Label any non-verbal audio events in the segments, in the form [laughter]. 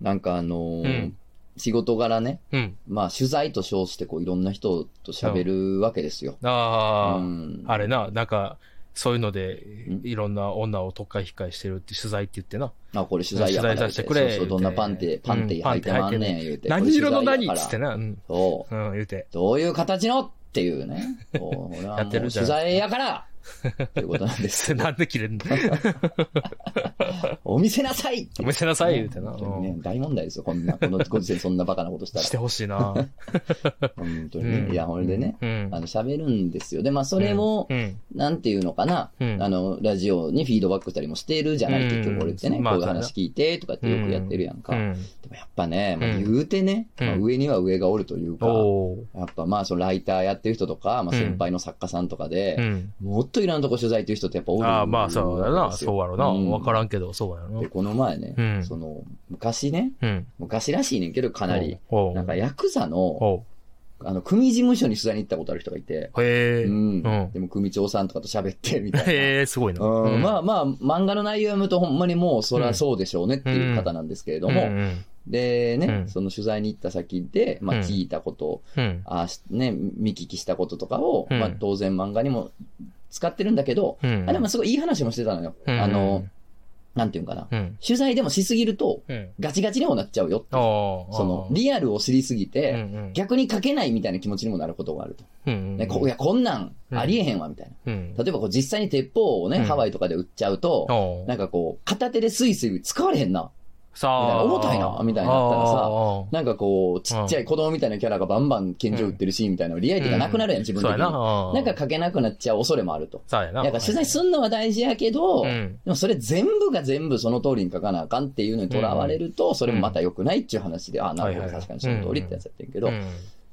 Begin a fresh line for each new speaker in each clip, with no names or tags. なんかあのー
うん
仕事柄ね、
うん。
まあ取材と称してこういろんな人と喋るわけですよ。
ああ、
うん
あれな、なんか、そういうので、
うん
いろんな女を特化控えしてるって取材って言ってな。
あ、これ取材やから。
取材させてくれ
そうそう、どんなパンテ、パンテ履いてまんねん、言うて。
何色の何
これ取材やか
っ
ら
つってな。うん。
そう。
うん、言うて。
どういう形のっていうね。こう俺はも
やっ
う
て
取
るじゃん
材やからということなん
[laughs]
です。
なんで切
[laughs]
れんの
お見せなさいって
お見せなさい言うてな。
本
う
当にね
ん、
大問題ですよ。こんな、このご時世そんなバカな [laughs] ことした
[laughs]
ら
し。てほしいな。
本当にね。
うん
いや、俺でね、
うん。
あの、喋るんですよ。で、まあ、それを
う、ん、
なんていうのかな、
うん
あの、ラジオにフィードバックしたりもしてるじゃない、
うん
結局俺ってね、
まあ
こういう話聞いて、とかってよくやってるやんか。
うん。
でもやっぱね、まあ、
うん
言うてね、
うん
まあ上には上がおるというか、
おー
やっぱまあ、そのライターやってる人とか、まあ、
うん
先輩の作家さんとかで、
うん。
もっといらんとこ取材っていう人ってやっぱ多い
ああ、まあ、そうやな。そうやろな。わかららんけど、そうやろ
で、
な。
この前ね、
うん
その、昔ね、
うん。
昔らしいねんけど、かなり、
おう。
なんか
や
ヤクザの、
お
あの、組事務所に取材に行ったことある人がいて、
う。へえ。
う
うんん。
でも組長さんとかと喋って、みたいな。
[laughs] へえ、すごいな。
うんま
あ、
あまあ、漫画の内容読むとほんまにもうそらそうでしょうねっていう方なんですけれども、
うん。
でね、
うん
その取材に行った先で、まあ
うん
聞いたこと、
うん。
あしね、見聞きしたこととかを、
うん
まあ当然漫画にも使ってるんだけど、
うん。
あでもすごいいい話もしてたのよ。
うん、
あの、なんていうんかな。
うん。
取材でもしすぎると、
うん。
ガチガチにもなっちゃうよって
あ
いう
ーあー。
その、リアルを知りすぎ
うん
て、
うん
逆に書けないみたいな気持ちにもなることがあると。
うん
ね、こいや、こんなんありえへんわ、みたいな。
うん。
例えばこう実際に鉄砲をね、
うん
ハワイとかで売っちゃうと、
お
なんかこう、片手でスイスイ使われへんな。
さ
なん
あ、
か重たいなみたいになったらさ
あー
なんかこう、ちっちゃい子供みたいなキャラがバンバン拳銃撃ってるシーンみたいなのリアリティがなくなるやん、自分
そう
的
や
に。
な。
な
あー
んか、書けなくなっちゃう恐れもあると。
そうやな。
だから取材すんのは大事やけど、
う
で
ん。
もそれ全部が全部その通りに書かなあかんっていうのにとらわれると、それもまた良くないっていう話で、ああ、なるほ
は
ど、
いはい
確かにその通りってやつやってんけど
う、ん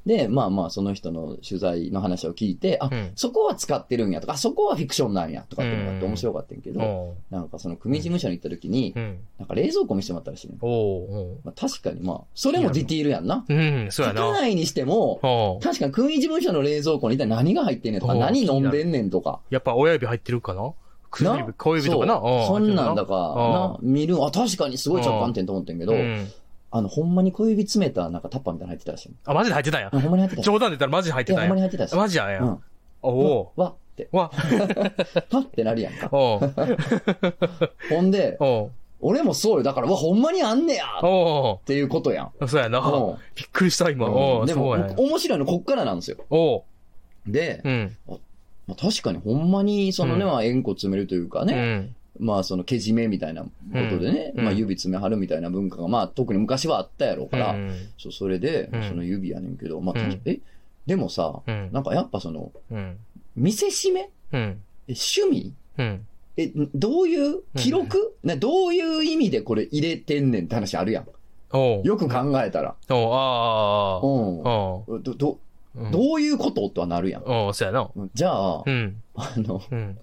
で、まあまあ、その人の取材の話を聞いて、あ、
うん
そこは使ってるんやとか、あそこはフィクションなんやとかっていうのがあって
うん
面白かったんやけど、
おう
なんかその組事務所に行った時に
う、ん。
なんか冷蔵庫見せてもらったらしいね。
おお
まあ、確かにまあ、それもディティールやんな。
ううん、そう
書
やな。
かないにしても、
おう
確かに組事務所の冷蔵庫に一体何が入ってんねんとか、
おう
何飲んでんねんとか。
やっぱ親指入ってるかな薬指、小指と
そ
か
う
な。おう
そんなんだか、な
お、
見る、あ、確かにすごい直感点と思ってんけど
う、ん。
あの、ほんまに小指詰めたなんかタッパーみたいなの入ってたらしいね。
あ、マジで入ってたんや
あ。ほんまに入ってたし。
冗談で言ったらマジで入
い
って
や、
た
ほ
ん
んま
や。
に入ってたし。
マジやん
う
や。
ん。
おお
わって、
う。わ、
わってなるやんか。
おう。
ほんで、
おう。
俺もそうよ。だから、わ、ほんまにあんねやっ
お
ていうことやん。
う。そうやな。
うん
びっくりした、今。
う
お
ん
う、
で
そう
も
やね、。
面白いのこっからなんですよ。
おう。
で
う、ん。
まあ確かにほんまに、そのね、
うん
まあ、縁故詰めるというか
う
ね、
ん。
まあ、その、けじめみたいなことでね、
うん
まあ、
うん
指詰め張るみたいな文化が、まあ、特に昔はあったやろう
う
から、
ん。
そうそれで
う、ん
その指やねんけど、まあ、
うん
え、でもさ、
うん。
なんかやっぱその、
うん。
見せしめ
うん。
え趣味
うん。
え、どういう記録、などういう意味でこれ入れてんねんって話あるやん。
おう。
よく考えたら。
おう、ああ。
うん。
お
ど、ど、
う。うん
どういうこととはなるやん。
おう、そうやな。
じゃあ、
うん。
あの、
うん。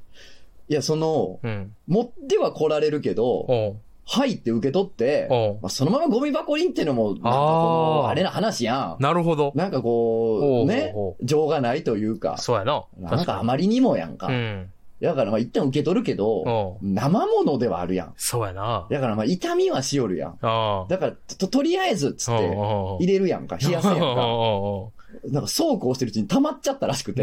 いや、その、
うん。
持っては来られるけど、
おう。
入って受け取って、
おう。
まあ、そのままゴミ箱にってのも、なんかこ
あ
の、
ー
あれな話やん。
なるほど。
なんかこ
おうおうお
う、
う
ね、情がないというか、
そうやな。
なんかあ
ま
まりにもやんか。
うん。
だからまあ一旦受け取るけど、
おう
生物ではあるやん。
そうやな。
だからまあ痛みはしよるやん。
ああ。
だから、と、とりあえず、つって、
おうおうおう
入れるやんか、冷やせやん
おう
か。
お
なんかそうこうしてるうちに溜まっちゃったらしく
[laughs]
て。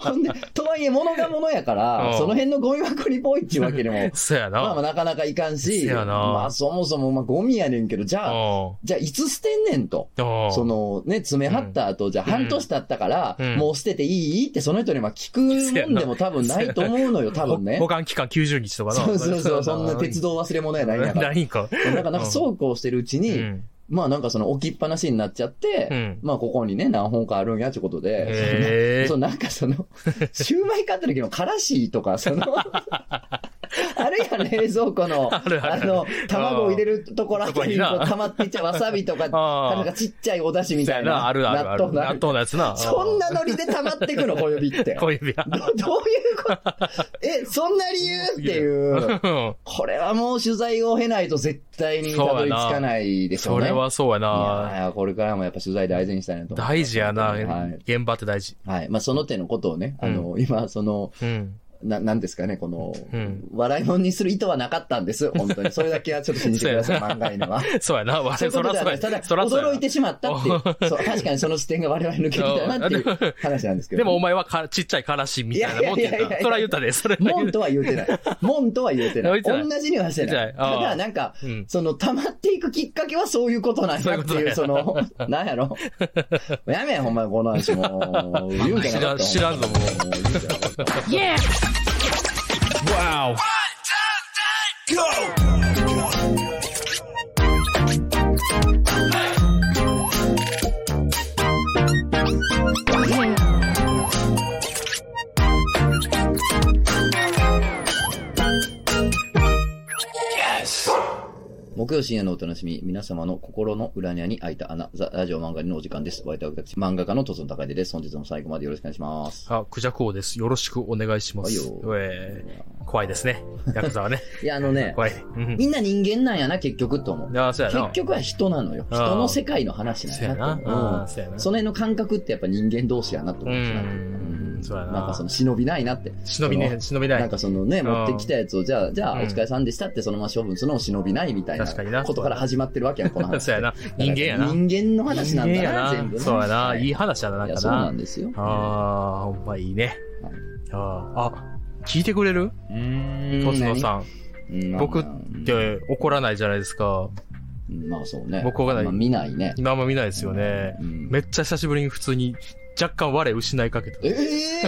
ほんで、とはいえ物が物やか
う
ら、
ん
その辺のゴミ箱にぽいっていうわけにも
うおう、 [laughs] そうやな。
まあまあなかなかいかんし、
せやな
まあそもそもまあゴミやねんけど、じゃあ、
お
じゃあいつ捨てんねんと。
うおう
そのね、詰め張った後、じゃあ半年経ったから、
うん
もう捨てていいってその人にまあ聞くもんでも多分ないと思うのよ、多
[laughs]
分ね
保。管期間90日とかな。
そう
[laughs]
そうそう、そんな鉄道忘れ物やないんやから。
ないんか。
なんか、なんかそうこうしてるうち
う
に、
ん。
まあなんかその置きっぱなしになっちゃって、
うん
まあここにね、何本かあるんやってことで、
へ
[laughs]
え
そうなんかそ
[laughs]
の、シューマイ買った時のからしとか、その、あるやん、冷蔵庫の、
あるある
あの、卵を入れるところあたりに
うん
こう溜まっていっちゃうわさびとか、
あー
なんかちっちゃいお出汁み
そ
た
うや
い
な。
な、
あるある
納
ある。
豆のあ
納
る
豆のやつな。
そんなノリで溜まってくの、小指って。ど
小指や。
どういうこと [laughs] え、そんな理由っていう。
うん
これはもう取材を経ないと絶対にたどり着かないでしょ
そう
ね。
れはそうや
い
な。
やーこれからもやっぱ取材大事にしたいなと思います。
大事やな
はい。。
現場って大事。
はい。まあ、その手のことをね、あの、今、その、
うん。
な、なんですかね、この、
うん
笑いもんにする意図はなかったんです。本当に。それだけはちょっと信じてください、
そうや
漫画犬は。
そうやな、わ
そういう
そ
こと
ら
では
そう
ない。た
や。
だ、
そらそうや
驚いてしまったっていう。そう、確かにその視点が我々抜けてたなっていう話なんですけ
で
ど。
もお前はかちっちゃいからしみたいなもんって
いやいやいやい
言っ
や
た。そら言ったで、それだ
も
け
ん
で。
とは言うてない。もんとは言うてな
[laughs] 言
い。
うてない
同じにはしてない。
言うてないあ
た
あ
だ、なんか、
うん。
その、溜まっていくきっかけはそういうことなんやって
そ
い
ういう
う、
こ
その、なんや
[laughs]
ろ。やめん、ほんまこの話もう。言うんじゃなかった
知らん知らんぞもう
う言うんじゃなかった。
わ
木曜深夜のお楽しみ、皆様の心の裏にあに開いた穴、ザ・ラジオ漫画のお時間です。お相手は私、漫画家のとつの高出です。本日も最後までよろしくお願いします。
[laughs] おあ、クジャク王です。よろしくお願いします。
はいよ
えー怖いですね。ヤクザはね。
[laughs] いや、あのね、
怖い。う
[laughs]
ん。
みんな人間なんやな、結局と思う。
ああ、そうやな。
結局は人なのよ。
うん
人の世界の話なん
そう
や
や
な
な
と。思う。
あーそうや
う
な。
んその辺の感覚ってやっぱ人間同士やなと
う
思う。
ん。そうやな。
なんかその忍びないなって。
忍びね、忍びな
ないん。かそのね、
うん
持ってきたやつを、じゃあ、じゃあ、お
うん
疲れさんでしたって、そのまま処分するのも忍びないみたい
確かにな
なことから始まってるわけやん、こ [laughs] の話。
[laughs] そうやな。人間やな。
人間の話なんだ
人間
な、
や
全部ね。
そうやな。いい
い
話やな、なん
や
か
そうな。
なん
ですよ。
ああ、ほんまいいね
はい。
ああ、あ聞いてくれる
うん
トスノさん。
うんまあ
僕っ
うん
て怒らないじゃないですか。
まあそうね。
僕がない
まあ見ないね。
今あんま見ないですよね。
うん
めっちゃ久しぶりに普通に若干我失いかけた。
え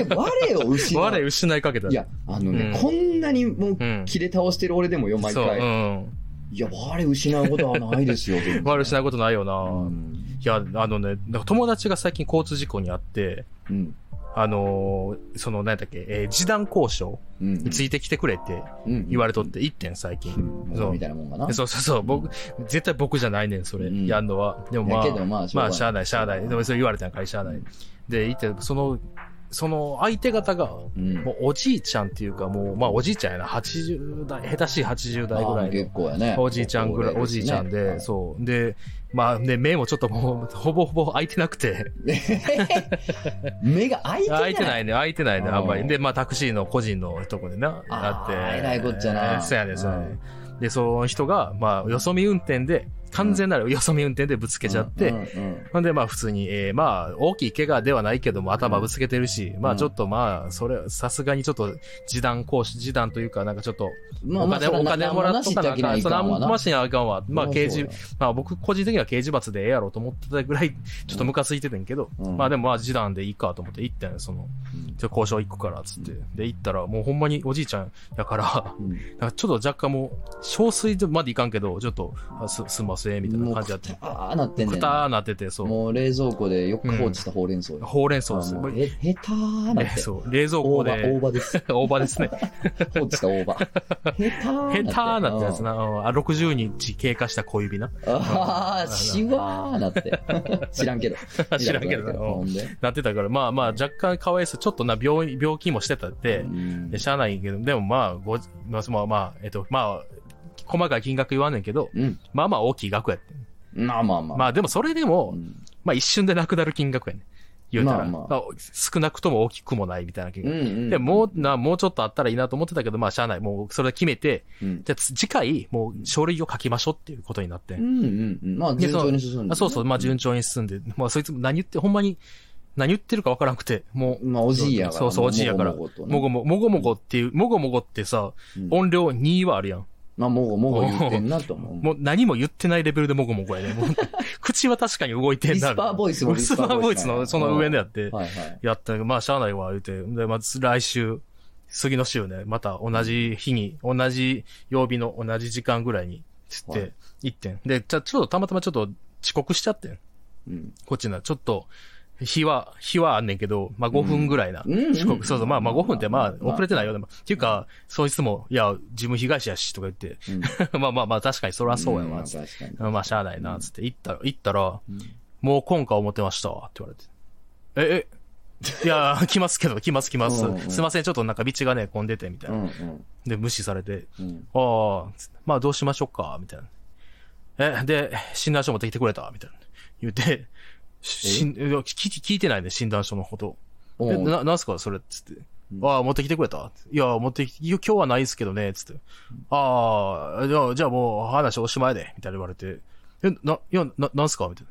え我を失う。
[laughs] 我失いかけた。
いや、あのね、
うん
こんなにもう、
うん。
切れ倒してる俺でもよ、毎
そう、う
回。
ん。
いや、我失うことはないです
[laughs]
よ、全然
我失いことないよな。
うん
いや、あのね、なんか友達が最近交通事故にあって、
うん。
あのーその、何やったっけ、えー示談交渉
うん
についてきてくれって
うん
言われとって、一点最近。
うん
そう
みたいなもんかな。
そうそうそう、僕、絶対僕じゃないねん、それ、
うん
やんのは。でもま
い
あ
やけど、まあしょうがな
ま
い
あ、しゃあない、しゃあない。でも、それ言われたんから、しゃあない。で、言って、その、その相手方が、も
うん
うおじいちゃんっていうか、もう、まあおじいちゃんやな、80代、下手しい80代ぐら
あー
い
結構やね。
の、おじいちゃんぐらい、おじいちゃんで、
はい
そう。で、まあ、で、目もちょっともう、ほぼほぼ開いてなくて、
目が開いてない。
開いてないね、開いてないね、
うん
あんまり。で、まあ、タクシーの個人のとこでな、
あ
あ
ー
って。
えらいこっちゃな
そうやね、そうやね。で、その人が、まあ、よそ見運転で、完全なるよそ見運転でぶつけちゃって、
うんうん
ほんで、まあ、普通に、えーまあ、大きい怪我ではないけども、頭ぶつけてるし、ま
う
あ、
ん
ちょっとまあ、それ、さすがにちょっと、示談講師、示談というか、なんかちょっと、
うんまあ
お
まあ
金、お金もらっ
そ
とかなん
れは
か、
な
それあん
な
ましなあかんわ。まあ、刑事
そう、だ
まあ、僕、個人的には刑事罰でええやろと思ってたぐらい、ちょっとムカついててんけど、
うん
まあ、でもまあ、示談でいいかと思って行ったんよその、ちょっと交渉行くから、つって。で、行ったら、もうほんまにおじいちゃんやから、 [laughs]
うんうん
なんかちょっと若干もう、憔悴までいかんけど、ちょっと、あす、すんません、みたいな感じやって。
もうくたーなってんね
く
ん
た
な
ーなってて、そう。
もう冷蔵庫でよく放置したほうれん草よ
ほうれん草です
あ
よ
も。うへ、へたーなっ
え
て。
そう、冷蔵
大葉、
庫
大
で、
葉です。
[laughs] 大
[laughs]
葉ですね。
放置した大葉。へ
[laughs]
たー
ヘターなったやつ。な。うんあ、60日経過した小指な。
う
[laughs]
んあー、しわーなって。知らんけど。
[laughs] 知らんけどな
ほんで。
なってたから、まあまあ、若干かわいそう。ちょっとな、病院、病気もしてたって
う、ん
でしゃあないけど、でもまあ、ご、まあまあ、まあ、えっと、まあ、細かい金額言わんねんけど、
うん。
まあまあ大きい額やって。
まあまあまあ。
まあでもそれでも
う、ん
まあ一瞬でなくなる金額やねん。言うたら、
まあまあ
まあ少なくとも大きくもないみたいな金
うん
額。
うん。
で、もう、な、もうちょっとあったらいいなと思ってたけど、まあ、しゃあない。もう、それ決めて、
うん、
じゃあつ次回、もう、書類を書きましょうっていうことになって。
うんうんうん。まあ、順調に進んで、
あそうそう、まあ順
調。
調に進んで、まあそいつも何言って、ほんまに何言ってるかわからなくて、もう、
まあ、おじいやから。
そうそうおじいやから
もごもごとね
もごも、もごもごっていう、もごもごってさ、
うん
音量2はあるやん。
まあ、もごもご言ってんなと思う。
もう何も言ってないレベルでもごもごやね。もう [laughs] 口は確かに動いてん
[laughs]
な。
ウィスパーボイスも
ウィスパーボイスのその上でやって、 [laughs]
はいはい。
やったまあしゃあないわ、言うて。で、まず来週、次の週ね、また同じ日に、同じ曜日の同じ時間ぐらいに、つっ
はい
て、行ってん。で、ちょ、ちょっとたまたまちょっと遅刻しちゃってん。
うん。
こっちな、ちょっと、日は、日はあんねんけど、まあ5分ぐらいな。
うん
遅刻、そうそう、まあまあ5分ってまあ遅れ
て、
てないよ。でも、っていうか、そいつも、いや、自分被害者やし、とか言って、
うん
[laughs] まあまあまあ確かにそれはそうや
まあ
わ、つっ
確かに
て。まあしゃあないな、つって、行ったら、行ったら、
うん
もう今回思ってましたわ、って言われて。え、え、いや、 [laughs] 来ますけど、来ます来ます
うんうん。
すいません、ちょっとなんか道がね、混んでて、みたいうな。
んうん
で、無視されて、
うん。
ああ、つってまあどうしましょうか、みたいな。え、で、診断書持ってきてくれた、みたいな。言うて、しんいや聞い聞いてないね、診断書のこと。
お
え、
う
な、なんすか、それ、つって。ああ、持ってきてくれたいや、持ってきて、いや今日はないですけどね、つって。ああ、じゃあ、じゃあもう話おしまいで、みたいな言われて。え、な、いや、な、なんすかみたいな。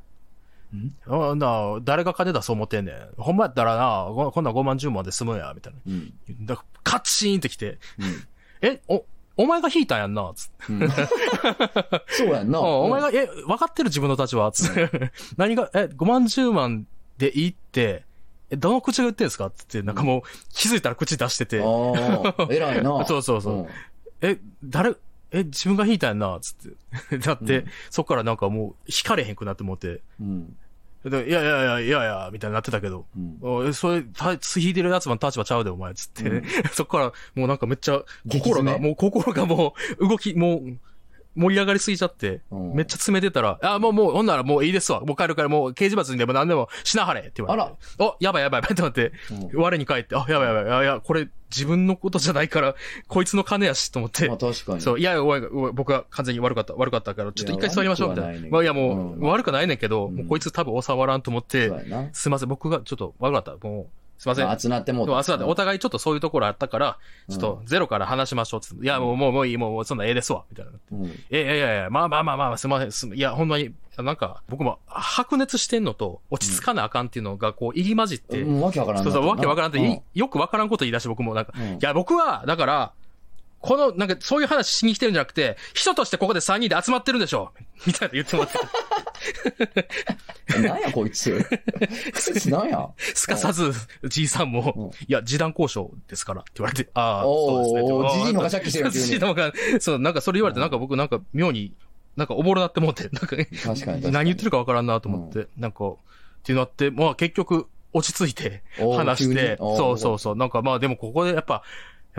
あな、誰が金だそう思ってんねん。ほんまやったらな、ここんなん5万10万で済むんや、みたいな。
うん。
だからカチーンってきて、
うん
え、お、お前が引いたんやんな、つっ
う
て。 [laughs]
ん。そうやんな。
おお前が、え、分かってる自分の立場、
[laughs]
つって。何が、え、5万10万でいいって、え、どの口が言ってんすかつって、なんかもう、気づいたら口出してて。
ああ、偉いな。
[laughs] そうそうそうえ、誰、え、自分が引いたんやんな、つって。 [laughs] だって、
うん
そっからなんかもう、引かれへんくなって思って。
うん。うん。
でいやいやいや、いやいや、みたいになってたけど。
うん。
おえ、それ、た引いてるやつも立場ちゃうで、お前、つって。
うん
[laughs] そっから、もうなんかめっちゃ、
激
心
詰
が、
め
もう心がもう、動き、もう、盛り上がりすぎちゃって、
うん
めっちゃ詰めてたら、あ、もう、もう、ほんならもういいですわ。もう帰るから、もう刑事罰にでも何でもしなはれって言われて。お、やばいやばいやばいってなって、
うん
我に返って、あ、やばいやばい、いやいや、これ自分のことじゃないから、こいつの金やし、と思って
まあ。確かに。
そう、いやいや、おいおい僕は完全に悪かった、悪かったから、ちょっと一回座りましょう、みたい
いや悪くはないね
な。
ん
まあいや、も
うん
う、悪くないねんけど、
うん
もうこいつ多分収まらんと思って
そう、やな。
すいません、僕がちょっと悪かった。もう、すいません。
まあ集まってもう
で
た
も、あそうだって、お互いちょっとそういうところあったから、ちょっとゼロから話しましょうっつって。いや、もう、もう、もういい、もう、そんなええですわ、みたいな。
うん。
え、いやいやいや、まあまあまあまあ、すいませんす、いや、ほんまに、なんか、僕も白熱してんのと、落ち着かなあかんっていうのが、こう、入り混じって、
うんわけわからん
そ
な
うそう、わけわからんって、
う
よくわからんこと言い出して、僕もなんか、
うん
いや、僕は、だから、この、なんか、そういう話しに来てるんじゃなくて、人としてここで3人で集まってるんでしょみたいな言っても
[laughs]
らって、
なんやこい
[laughs]
つ。 [laughs] こいつなんや。
すかさず、じいさ
う
ん
ん
も、いや、示談交渉ですから、って言われて、ああ、そうですね
お
あ
ー、
ー。
じじいのがシャッキしてるって
[laughs] じ
い
じ
う
い
ね。
のが、そう、なんかそれ言われて、なんか僕、なんか妙に、なんかおぼろなって思って、なんか、
確かに確かに。
何言ってるかわからんなと思って、なんか、ってなって、まあ結局、落ち着いて、
おー
話して、
急におー
そうそうそう、なんかまあでもここでやっぱ、や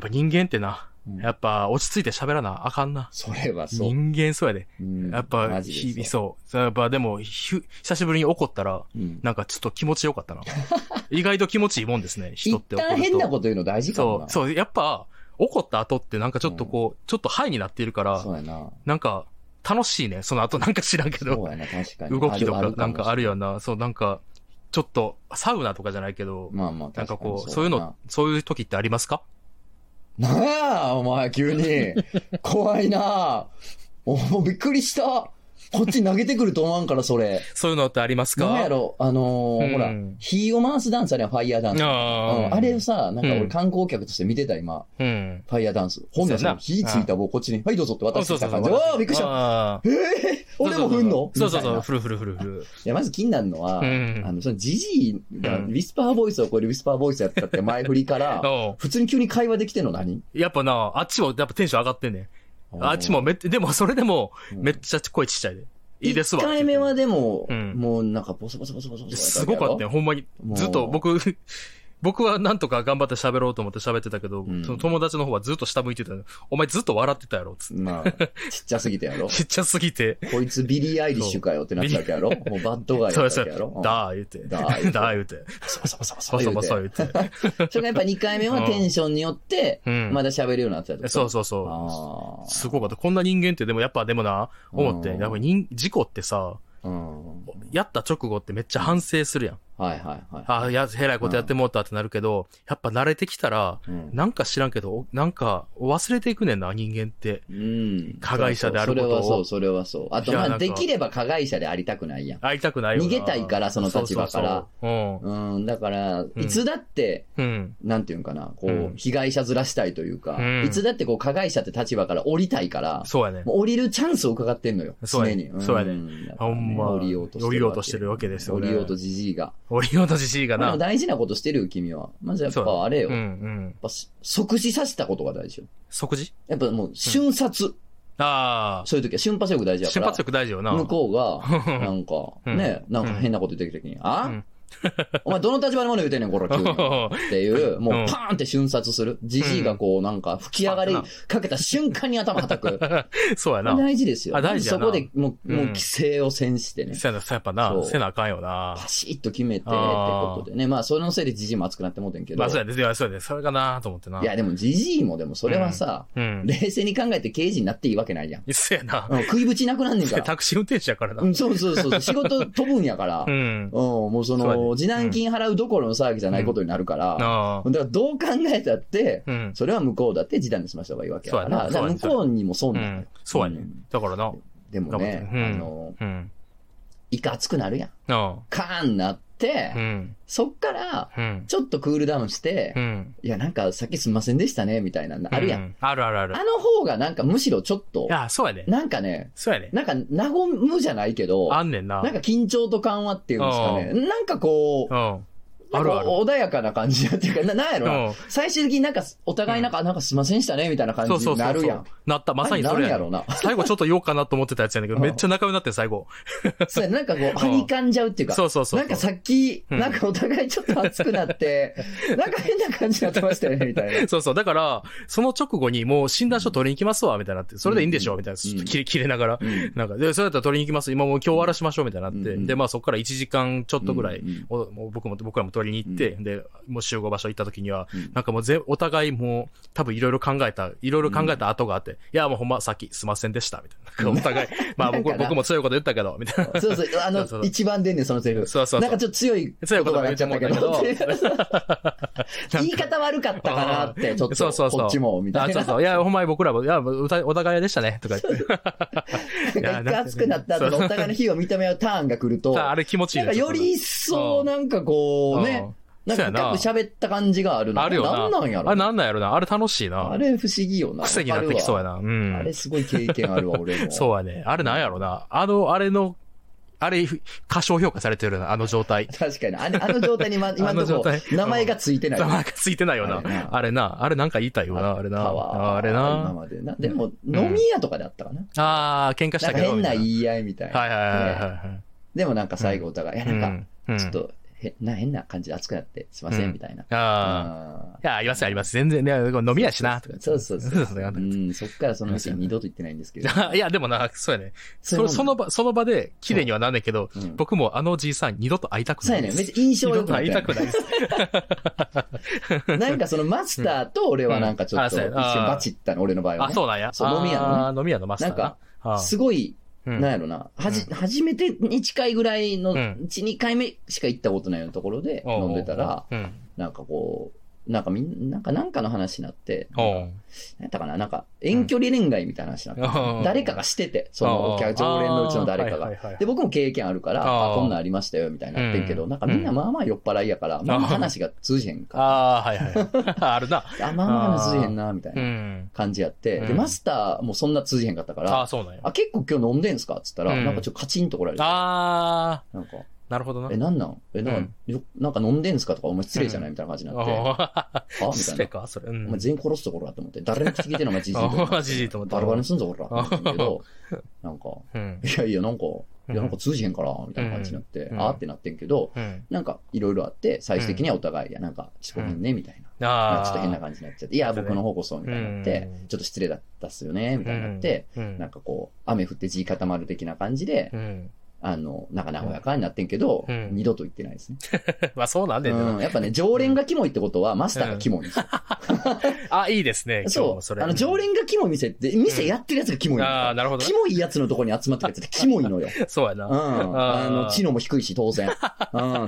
っぱ人間ってな、
うん
やっぱ落ち着いて喋らなあかんな。
それはそう。
人間そうやで。
うん
やっ
マ
ぱ、
ジで
日々
そ
そう。そうやっぱでも、ひゅ久しぶりに怒ったら、
う。うん
なんかちょっと気持ちよかっ
[laughs]
たな。意外と気持ちいいもんですね、人
一
って怒ると。
旦変なこと言うの大事かも
そ
な。
う、そう、やっぱ、怒った後ってなんかちょっとこう、ちょっとハイになっているから
そ、うやな。
なんか、楽しいね、その後なんか知らんけど
そ。うやな、確かに。
動きと
あ
か
る
なんかあ
る
るよな。そう、なんか、ちょっと、サウナとかじゃないけ
もし
ど
れ、ん。まあまあ、
なんかこう、
確
そういう
やな
の、そういう時ってありますか
なんや、お前、急に。
[laughs]
怖いな。おもうびっくりした。こっち投げてくると思わんから、それ。
そういうのってありますか
なんやろ、あのー
うん
ほら、火を回すダンスあれはファイヤーダンス。うん
あ
あれをさ、なんか
う
俺
ん
観光客として見てた、今。
うん。
ファイヤーダンス。本来
そうやな
火ついた棒、こっちに、はい、どうぞって渡してきた感じ。
そうそうそう
わあ、びっくりした。
た。
ええ俺も振んの
そうそうそう、
みたいな
ふるふるふるふる。
いや、まず気になるのは、
うん
あの、そのジジイが、
う
ウ
ん
ィスパーボイスを超えるウィスパーボイスやったって前振りから、
お
普通に急に会話できてんの何
うやっぱな、あっちもやっぱテンション上がってんね。あっちもめっでもそれでも、
うん
めっちゃ声ちっちゃいで。いいですわ。
1回目はでも、
うん
もうなんかボソボソボソボソボソ
すごかったよ、ほんまに。ずっと
も
僕、 [laughs] 僕はなんとか頑張って喋ろうと思って喋ってたけど、
うん
その友達の方はずっと下向いてたよ。お前ずっと笑ってたやろ、つって。
まあ、ちっちゃすぎたや
[laughs]
ろ。
ちっちゃす
[laughs]
ぎて、
こいつビリー・アイリッシュかよってなったわけやろ。もうバッドガイ
そ
や
う
った
そ
わけやろ。
う、 [laughs] だー言うて、
だ
[laughs] だ
ー言うて
ー言うて、
うんボソボソボソ
そ
ボ
う
ソ
そ
言
う
うて
そう言うて。
[laughs] それがやっぱ2回目はテンションによって、
うん
まだ喋るようになってたってこと
そうそうそ
あ
う。
ー
すごかった。こんな人間って、でもやっぱでもな、思って、
うん
やっぱ人、事故ってさ、
うん。
やった直後ってめっちゃ反省するやん。
はいはいはい。
ああ、や、偉いことやってもうたってなるけど、やっぱ慣れてきたら、
うん
なんか知らんけど、なんか忘れていくねんな、人間って。
うん。
加害者であることを
そうそうそれはそう、それはそう。あと、
いや
まあ、
なんか
できれば加害者でありたくないやん。
会いたくないよな
逃げたいからその立場から。
そうそうそう
うん、だから、
ん
いつだって、
うん。うん。
なんていうんかな、こう、
うん
被害者ずらしたいというか、
うん
いつだってこう、加害者って立場から降りたいから、
そうやね。
もう降りるチャンスを伺ってんのよ、
そ
常
うやね
に。ん
そうやね
だから
ほんま、
降りようとしてるわけ。
降りようとしてるわけですよ
降
ね。
りようとじじいが。
降りようとじじいが
まあ
な。
大事なことしてるよ、君は。まずやっ
そう
ぱあれよ。
うんう
やっ
ん。
ぱ即死させたことが大事よ。
即時
やっぱもう瞬殺。
ああ。
そういう時は瞬発力大事やか
瞬
ら。
発力大事よな。
向こうが、なん
う
か、
ん
ね、なんか変なこと言ってきた時に、あ、
うん
お前どの立場でもの言うてんねん、こら、
[laughs]
急に。っていう、もうパーンって瞬殺する。じじいがこう、なんか吹き上がりかけた瞬間に頭叩 [laughs] く。
そうやな。
大事ですよ。
あ大事や
そ
な
こでもう、
うん
もう規制をせんしてね。
そうやな、そうやっぱ
そ
な、
う
せなあかんよな。
パシッと決めて、って
あー
ことでね。まあ、それのせいでじじいも熱くなってもうてんけど。
まあそうやで、そうやそうやで、それかなと思ってな。
いや、でもじじいもでもそれはさ、
うん。
冷静に考えて刑事になっていいわけないやん。
そうやな。 [laughs]
うん食いぶちなくなんねんから。
タクシー運転手やからな [laughs]
う。ん、そうそうそう。仕事飛ぶんやから。
うん。
うん、もうそ
そう
の、
に
の、示談金払うどころの騒ぎじゃないことになるから、
ああ
だからどう考えたって、
うん。
それは向こうだって示談にしました方がいいわけだか
そうや
ら、
な
だから向こうにも損
う
なのよ
ん。そうやね
ん。
だからな。
でもね、
うん
あの、
うん。
いかつくなるやん。
あ
カーンなって、
あ。うん。
そっから、
うん。
ちょっとクールダウンして、
うん。
いや、なんかさっきすみませんでしたね、みたいなのあるやん。
う。あるあるある。
あの方がなんかむしろちょっと
い、や、そうやね。
なんかね、
そうやね。
なんか和むじゃないけど、
あんねんな。
なんか緊張と緩和っていうんですかね。なんかこう
う、ん。
な
あ
ん
る
か
ある。
穏やかな感じだっていうか、ななんやろな、
うん
最終的になんかお互いなんか、なんかすいませんでしたね、みたいな感じ
そうそ
に
う
な
そう
る
そ
やん
う。。なった。まさにそ
あれ
れ
なんや
やね
ろうな。
最後ちょっと言おうかなと思ってたやつやねんけど、めっちゃ仲良くなって最後。
そうや、なんかこう、はにかんじゃうっていうか。
そうそうそう。
なんかさっき、
うん
なんかお互いちょっと熱くなって、なんか変な感じになってましたよね、みたいな。
そうそう。だから、その直後にもう診断書取りに行きますわ、みたいになって。それでいいんでしょうみたいな。ちょっと切れ、切れながら。
うん
なんか、で、それだったら取りに行きます。今もう今日終わらしましょう、みたいになって。
うん
で、まあそこから1時間ちょっとぐらい
うんうん、
おもう僕も、僕らも取りに行って、で、もう集合場所行った時には、
うん
なんかもうぜ、お互いもう、多分いろいろ考えた、いろいろ考えた後があって、いや、もうほんまさっきすいませんでした、みたいな。なんかお互い、まあ僕
[laughs] なんかな
僕も強いこと言ったけど、みたいな。
そうそう、あの
そう、そう
一番出んねん、そのセリフ。
そうそうそう
なんかちょっと強い
強い言葉
になっちゃったけど、
言っても
[laughs] 言い方悪かったかなって、ちょっ
そうそ
と、
うそう。
こっちも、みたい
あそうそ
な。
う。いや、ほんまに僕らも、いや、お互いお互いでしたね、とか言って。いや
なんか熱くなった後のお互いの火を認め合うターンが来ると、
さああ
な
れ気持ちいい
ん
ね
かより一層、なんかこうね、
う
なんんか深く喋った感じがあるな。
あるよな。
なんなんやろ
あれなんなんやろな。あれ楽しいな。
あれ不思議よな。
癖になってきそうや
な。
な。う
あれ
ん。
すごい経験ある
[laughs]
わ、俺も。
そうやね。あれなんやろな。あの、あれの、あれ、過小評価されてるな、あの状態。
確かに。あのあの状態に
[laughs]
ま、今
あ
の
の
と
状
こ
態、
名前がついてない。
名前がついてないよな
あれな。
あれな。あれなんか言いたいよな、あれ
パワー
な。あれ
今
な。
までな。でも、飲み屋とかであったかな。
ああ、喧嘩し
なん
た
か
けど。
変な
み
言い合いみたい
たい
な。
なはいはいはいはいはい。
でもなんか最後お互い、いや
う
なん
ん
か、
うん
ちょっとへ、な、変な感じで熱くなって、すいませ
うん
ん、みたいな。
ああ。
あー
いや、ありますあります。全然、ね、飲みやしな、とか。
そうそう
そ
そうう。
そう
う
うん
ん、そっからその店に二度と行ってないんですけど。
いや、でもな、そうやね。 [laughs] それ
れ
その場、その場で、綺麗にはなんねんけど、
うん
僕もあのじいさん二度と会いたく
そう
な
やね
いで
ん。めっ
す。
ちゃ印象
二
良
度
く
と
な
会い
い
たくないです。
なんかそのマスターと俺はなんかちょっと
う
一
んあそう
瞬
やあー
バチったの、俺の場合 [laughs] は、
あ、
ね。
そうなんや。
そう飲み屋のね
あー飲み屋のマスター。
なんか、
あー
すごい、
うん
なんやろな、はじ、初めてに近いぐらいの、
うん
1、2回目しか行ったことないようなところで
おうお
飲
う
んでたら、
うん。
なんかこう、なんかみんな、なんかなんかの話になって、なん
おう
だかな、なんか遠距離恋愛みたいな話になって、
う
[laughs]
ん
誰かがしてて、そのお客、常連のうちの誰かが。で、僕も経験あるから、
あー
あこんなんありましたよ、みたいになってんけど、
うん
なんかみんなまあまあ酔っ払いやから、まあまあ話が通じへんか
あーはいはいはいあー、はいはい。 [laughs] あるな。。
ら、あ、まあまあ話通じへんな、みたいうなん感じやって、
うん
で、マスターもそんな通じへんかったか
ああ、
ら、
そうなんや。
あ、結構今日飲んでんすかっつったら、
うん
なんかちょっとカチンと来られて、なんか、
あー、なるほどな。
え、なんなんえ、なんか、よなんか飲んでんすかとか、お前失礼じゃない [laughs] みたいな感じになって、あ
あ
み
ー
た
失
い
礼
な。
か、それ。うん
お前全員殺すところだと思って、誰に聞いてんのお前じじいと
[laughs]
思っ
あ
て。
じじいと思って
バラバラにすんぞ、俺ら。って思ったけど、なんか、
うん。
いやいや、なんか、いや、なんか通じへんから、みたいな感じになって、
うん
あーってなってんけど、
うん。
なんか、いろいろあって、最終的にはお互い、いや、なんか、ちょっとごめんね、みたいな。
あ
なん
あ。
かちょっと変な感じになっちゃって、いや、僕の方こそ、みたいになって
うん、
ちょっと失礼だったっすよね、みたいになって、
うん
なんかこう、雨降って地固まる的な感じで、
うん。 [laughs]
あの、なんか和やかになってんけど、
うん
二度と行ってないですね。
まあそうなんで
うん、やっぱね、常連がキモいってことは、マスターがキモいんですよ。
あ、いいですね。今日
そ。
もそうれ。
あの、常連がキモい店って、店やってるやつがキモいんですよ
ああ、なるほどね
キ。モいやつのとこに集まってるやつってキモいのよ。
[laughs] そうや
うん。
な。
あの、知能も低いし、当
[laughs]
然。うん。
い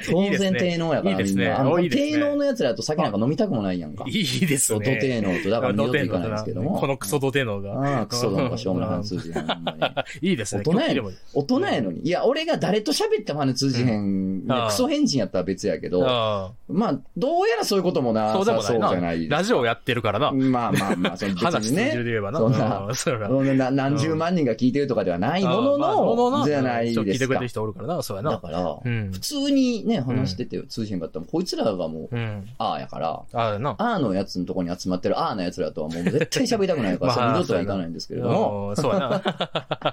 当
いです
然
ね
低能やか
いい
ら、
です
みん
ね
な。あの
おいいですね
低能のやつらと酒なんか飲みたくもないやんか。
いいです
そう、
ね。
ド低能と、だから二度と行かないんですけども。
このクソドテノが。
ああ、クソどもかしょうもない話通じへんほんまに。
いいですね。
大人やね
でも
大人やのに。いや、俺が誰と喋っても話通じへん。ね
ああ
クソ変人やったら別やけど、
あ
まあ、どうやらそういうこともな、
あそうでも
さそうじゃ
な
ないい。
な。ラジオやってるからな。
まあまあまあ、その別
話
に
通
ね
じ。るで言えばな。
そんな
うんそうやな
そんなな何十万人が聞いてるとかではないもの
まあも
の、じゃない
ちょっと
で
聞いて
す
くれ
か
てる。人おるからな。そうや
だ
な。
から
う、ん
普。通にね、話してて通じへんかったら、こいつらがもう、
うん。
ああやから、
ああな。
ああのやつのとこに集まってるああのやつらとはもう絶対喋りたくないから、
[laughs] まあ
それ二度とは行かないんですけれども、
うんそうやな。 [laughs]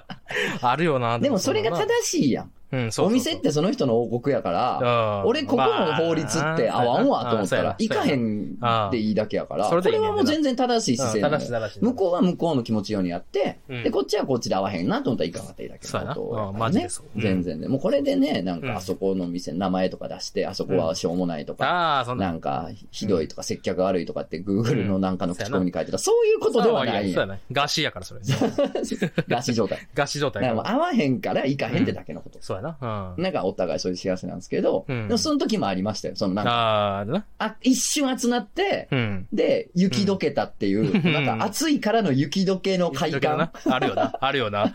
あるよな。
でもそれが正しいやん。
うん、そうそうそう
お店ってその人の王国やから、俺
俺
ここの法律って合わんわと思ったら、行かへんでいいだけやから、
そ
こ
れでいい
れ
ね
はもう全然正しい姿勢なの
正しい
よ
正しい。
向こうは向こうの気持ちようにやって、
うん
で、こっちはこっちで合わへんなと思ったらいかがっていいだけのこと
そうや
を、
なうん
ね。
マジでそううん
全然で。もうこれでね、なん
うん
かあそこの店、名前とか出して、あそこはしょうもないとか、
ああ、そんな
なんかひどいとか接客悪いとかって、Google のなんかの口コミに書いてた、そういうこ
こと
ではない
そう
や
や
ん。
ね。ガシやから、それ。
ガシ状態。
ガシ状
だ
態
か
や
ら
か
もう
ら。
合わへんから行かへんってだけのこと。
そうそうやな。うん。
なんかお互いそういう幸せなんですけど、
うん
でもその時もありましたよ。そのなんか、
ああ、だな。
あ一瞬集まって、
うん。
で、雪解けたっていう、
うん
なんか暑いからの雪解けの快感。
あるよな。あるよな。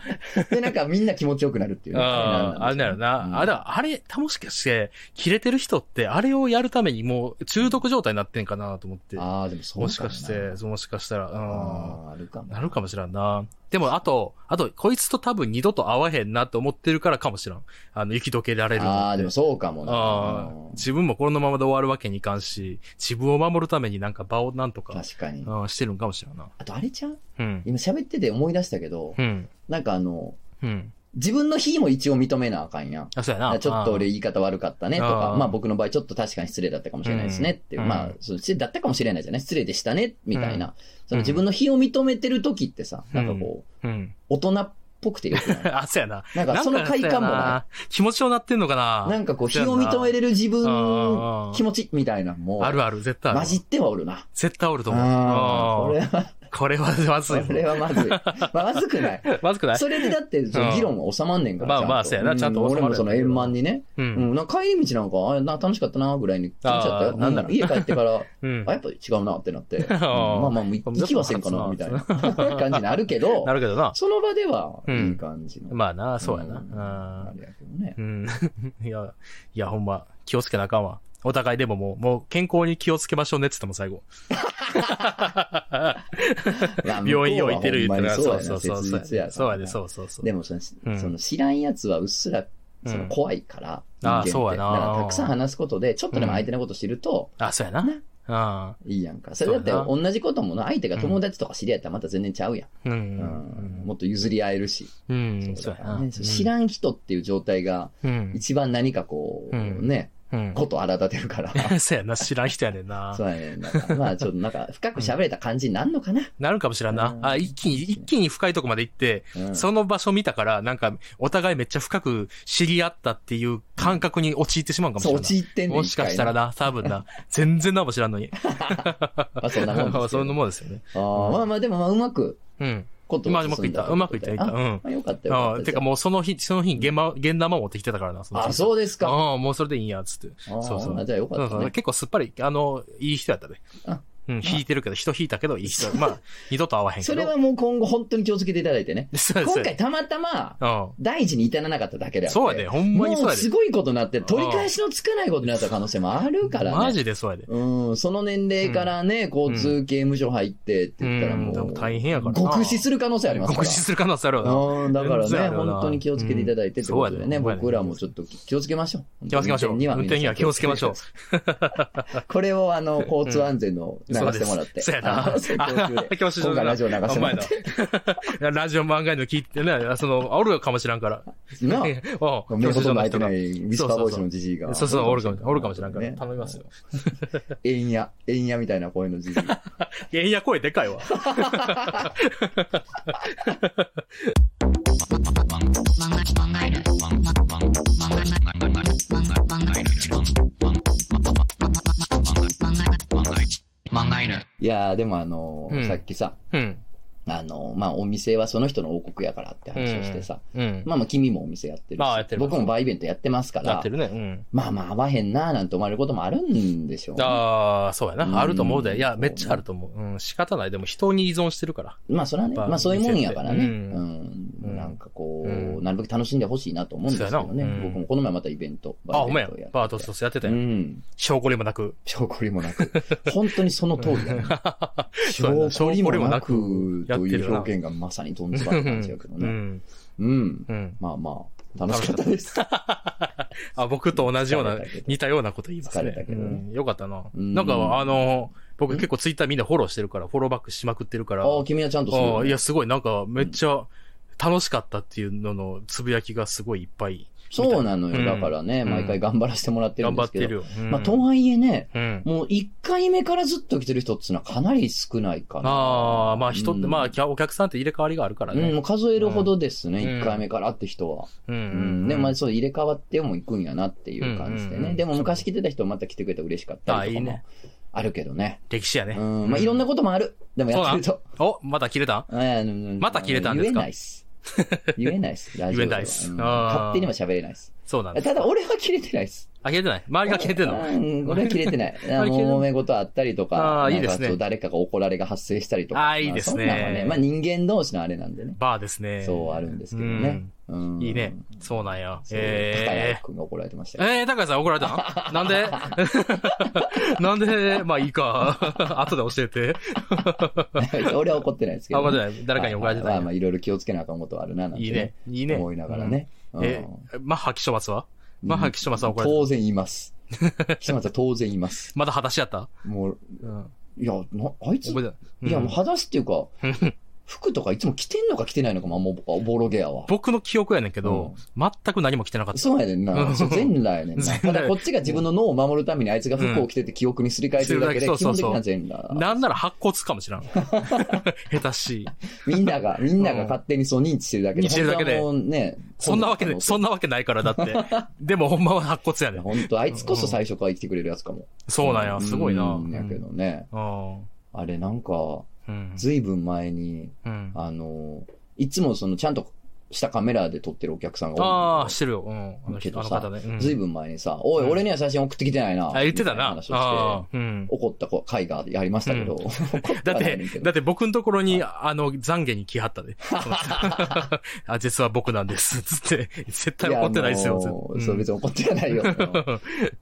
で、なん [laughs] かみんな気持ちよくなるっていう
う
ね、
ん。
あれ
あ
な
れ
んで
だよ
うん
な。あ、だからあれ、もしかして、切れてる人って、あれをやるためにもう中毒状態になってんかなと思って
す。よ。ああ、でもそう
も
も
しかして、そうもしかしたら、うん。
あーあるかも。
なるかもしらんな。でも、あと、あと、こいつと多分二度と会わへんなと思ってるからかもしらん。あの、雪解けられるのって。
ああ、でもそうかもな。
あ
う
ー
ん
自分もこのままで終わるわけにいかんし、自分を守るためになんか場をなんとか、
確かに。
うん、してるんかもしれんな。
あとあれちゃん
うん。
今喋ってて思い出したけど、
うん。
なんかあの、
うん。
自分の非も一応認めなあかんやん。
あ、そうや
あ
な。
ちょっと俺言い方悪かったねとか、
あー
まあ僕の場合ちょっと確かに失礼だったかもしれないですねっていう、
うん
まあそう失礼だったかもしれないじゃない失礼でしたねみたいな、
う
その自分の非を認めてる時ってさ、なんかこう、
うん。うん。 [laughs]
大人っぽくてよくない
あ、そうやな。
なんかその快感もな
なんかそうやな気持ちようなってんのか
い。
な
なんかこう、非を認めれる自分、気
持ち。
持ちみたいなのも、
あるある、絶対ある。
混じってはおるな。
絶対おると思う。
あーこ
う
れ
ん
は、
これは、まずい。
これはまずい。まあまずく
[laughs]
ない。
まずくない
それでだって、その議論は収まんねんから。
まあまあ
ちゃんと
そうやなちゃんと収まる
う俺もその円満にね。
う。
うんん、なんか帰り道なんか、あな楽しかったな、ぐらいに気持ちだった
あ
よ。
ー
なんだろう、家帰ってから、
うん
あ、やっぱ違うなってなって、ま
[laughs] あー
あまあ、もう行きはせんかな、みたいな感じにな [laughs] るけど
[laughs] な、るけどな。
その場では、
うん
いい感じの。
まあな、そうや
ん
な
あ。れやけどね
う。ん。 [laughs] うんいや、いや、ほんま、気をつけなあかんわ。お互いでももう、もう健康に気をつけましょうねって言っても
[laughs]
最後。
まあ
病院用いてる
向
言
こ
っ
う
て
は
な。
ほんまにそ
そうそうう
やな、切
そう。そう
実や。
そうやで、そうそうそう。
でもその、
ん
その知らんやつはうっすら、
うん
その怖いから、人間って
そうや
だ
な
からたくさん話すことで、ちょっとでも相手のこと知ると、
あ、そうやな。
ね
あ
いいやんか。それだって
そうやな
同じこともな、相手が友達とか知り合ったらまた全然ちゃうやん。
あ。う
うん
ん。
もっと譲り合えるし。
うん、そうや
だから
な。
ねそう知
ん。
らん人っていう状態が、
うん。
一番何かこう、
うん
ね、
うん。
こと荒立てる
[laughs]
から。
そうやな、知らん人やねんな
そ。うやねんな。まあちょっとなんか、深く喋れた感じになんのかな。
なるかもしらんな
う。ん
あ、一気に、一気に深いとこまで行って、
うん
その場所見たから、なんか、お互いめっちゃ深く知り合ったっていう感覚に陥ってしまうかもし
そう、
れない。
陥ってんねん
もしかしたら
一
な、多分な、全然何も知らんのに。
回な。まあそんなもんですよ
そんなもんですよね。
あーまあまあでも、まあうまく、
うん。
こと
まあうまくいったうまくいったいったうん
あよかったよか
あ
っ
あ、
た。
てかもうその日、その日、現場、現玉持ってきてたからな、その日
あ、そうですか。
ああ、もうそれでいいんや、つって。
あー
そうそう
あじゃあよか
そう
った
そう
ね。
結構すっぱり、あの、いい人やったで
あ。
うん、引いてるけど、人引いたけど、いい人。まあ、二度と会わへんけ
そ
ど。
れはもう今後本当に気をつけていただいてね。
[laughs] そうです
今回たまたま、
う
大事に至らなかっただけであっ
ん。
て
そうやで、ほんまにそう
もう
や
す
で。
ごいことになって、取り返しのつかないことになった可能性もあるからね。
マジでそうやで。
うん、その年齢からね、交通刑務所入ってって言ったらも
うん
う、
大変やからな
極死する可能性ありますから。
告知する可能性あるわ
うん、だから
全然
ね、
あるよな
本当に気をつけていただいてってことでね、
うんそうやね
僕らもちょっと気をつけましょう。
な。気をつけましょう。運転には気をつけましょう。。
[laughs] これをあの、交通安全の流してもらって。
そうやな。
あの教習で
[laughs] 教習所
今回ラジオ流してもらって。
お前なラジオ漫画の [laughs] 聞いてね、その、おるかもしらんから。 [laughs]
な
うん教
目ほ
習
と
所
んど
の
開いて
人が
ない、ウィスパーボイスのじじいが。
そうそう、おるかも、おるかもしれんから。
ね
頼みますよ。
えんや、えんやみたいな声のじじ
[laughs]
い。
いや、声でかいわ。
いやー、でもあのー
うん
さっきさ、
うん。
あのーまあ、お店はその人の王国やからって話をしてさ、
うん。
まあまあ、君もお店やってるし、
まあやってる
僕もバーイベントやってますか
な
ら
って、るね。うん。
まあまあ、合わへんなーなんて思われることもあるんでしょうね、
ああ、そうや
うん
な。あると思うで。いや、めっちゃあると思う。うん、仕方ない。でも人に依存してるから。
まあ、それはね、
やっぱ
まあ、そういうもんやからね、う
店っ
ん、
てうん
なんかこう、
うん
なるべく楽しんでほしいなと思うんですけどね、
そうやなうん
僕もこの前またイベント、
あ、お前や
をやっ。て
バートストスやってた
う
よ。
ん。
証拠りもなく。
証拠りもなく。
[laughs]
本当にその通りだね。
そうやな
証拠りもな
証拠り
く
もなくやっ
と
て
い
る
う
な
表現がまさにどんずばって感じやけど
う
ね。
ん。
うん。
うん。
まあまあ、楽しかったです。
あ、僕と同じよう
疲
な
[laughs] れたけど、
似たようなこと言います
疲
ね。
れたけどね
うんよかったな。
うん
なんか、あの、僕結構ツイッターみんなフォローしてるから、フォローバックしまくってるから。
ああ、君はちゃんとする
あ
よ
あい
ね
や、すごい、なんか、めっちゃ、楽しかったっていうののつぶやきがすごいいっぱい
そうなのよ。
うん
だからね、
うん
毎回頑張らせてもらってるん
頑
で
張っ
すけ
て
ど。
るよ。うん
まあ、とはいえね、
うん。
もう1回目からずっと来てる人っていうのはかなり少ないかな。
ああ、まあ人って、
うん
まあきゃお客さんって入れ替わりがあるから
うん、も
ね。
う数えるほどですね、
うん
1回目からって人は。
うん。う
うん。でもまあ、そう入れ替わっても行くんやなっていう感じで
うんうんう
ね。
ん
でも昔来てた人また来てくれて嬉しかったりとか
ああいい
も
ね
あるけどね。
歴史やね。
うん。まあ、いろんなこともある。でもやってると。
お、また切れた
あの
また切れたんですか
言えないっす。言えないです。ラジオ
[laughs] 言えないです
うん
あー
勝手にも喋れないです。
そうなんです。
ただ俺は切れてないです。
あ、消えてない周りが消えてんの
うん、俺は切れてない。あ
[laughs] あれ切れ
の、揉め事あったりとか、
あ
な
ー
ん
いいですね
かそう誰かが怒られが発生したりとか。
あーいいですね
まあそんなのはまあ人間同士のあれなんでね。
バーですね。
そうあるんですけどね。うん
いいね。。そうなんや。
そう高谷
え
君が怒られてまし
ー
たよ。
えー、高谷さん怒られ
[laughs]
たのなんで [laughs] なんでまあいいか。 [laughs] 後で教えて。
[laughs] 俺は怒ってないですけ
あ、
どね、
まあ、じゃない誰かに怒られて
はい
た
まあ
ん
まあ、
や。
いろいろ気をつけなあかんことはあるな、なんて、ね。
いいね。いいね。
思いながらね。
うん。え、マッハ気象松は
うん
マッハ気象松は怒られた。
当然言います。岸松は当然言い
[laughs]
ます。
まだ裸足やった
もう、
うん。
いや、なあいつ、
覚えてない。
いや、
うん
もう裸足っていうか、服とかいつも着てんのか着てないのかも、もう僕はおぼろげやわ。
[laughs] 僕の記憶やねんけど、全く何も着てなかった。
そうやねん
う
な。
ん
そう全裸やねんな。
[laughs] 全
た
裸
だこっちが自分の脳を守るためにあいつが服を着てて記憶にすり替えてるだけで、
うん
基本的
そうそうそ
な
う
全裸。
なんなら白骨かもしら
[laughs]
ん。下手しい。
みんなが、みんなが勝手にそう認知してるだけで。
認知してるだけ
本
で
当はもうね。
そんなわけで、そんなわけないから、だって。でも、ほんまは白骨やねん。
本当あいつこそ最初から生きてくれるやつかも。
そうなんや、すごいな。
うんやけどね。
うん。
あれなんか、
うん。
ずいぶん前に、
うん。
あの、いつもそのちゃんとしたカメラで撮ってるお客さんが
あ
多い
あ、してるよ。うん。あの
けど
人あの
さ
方ね。うん
ずいぶん前にさ、おい、
うん
俺には写真送ってきてないな。
あ、言ってたな。あ
みい話をして
あ、うん。
怒った子回がやりましたけど。
う
[laughs] 怒った
だっ
はない
て
ねんけ、ど
だって僕のところに、あの、懺悔に来はった
[laughs]
で。そのあ、実は僕なんです。 [laughs] つって、絶対怒ってないですよ。
やもうそう、
絶
別に怒ってはないよ。
[laughs]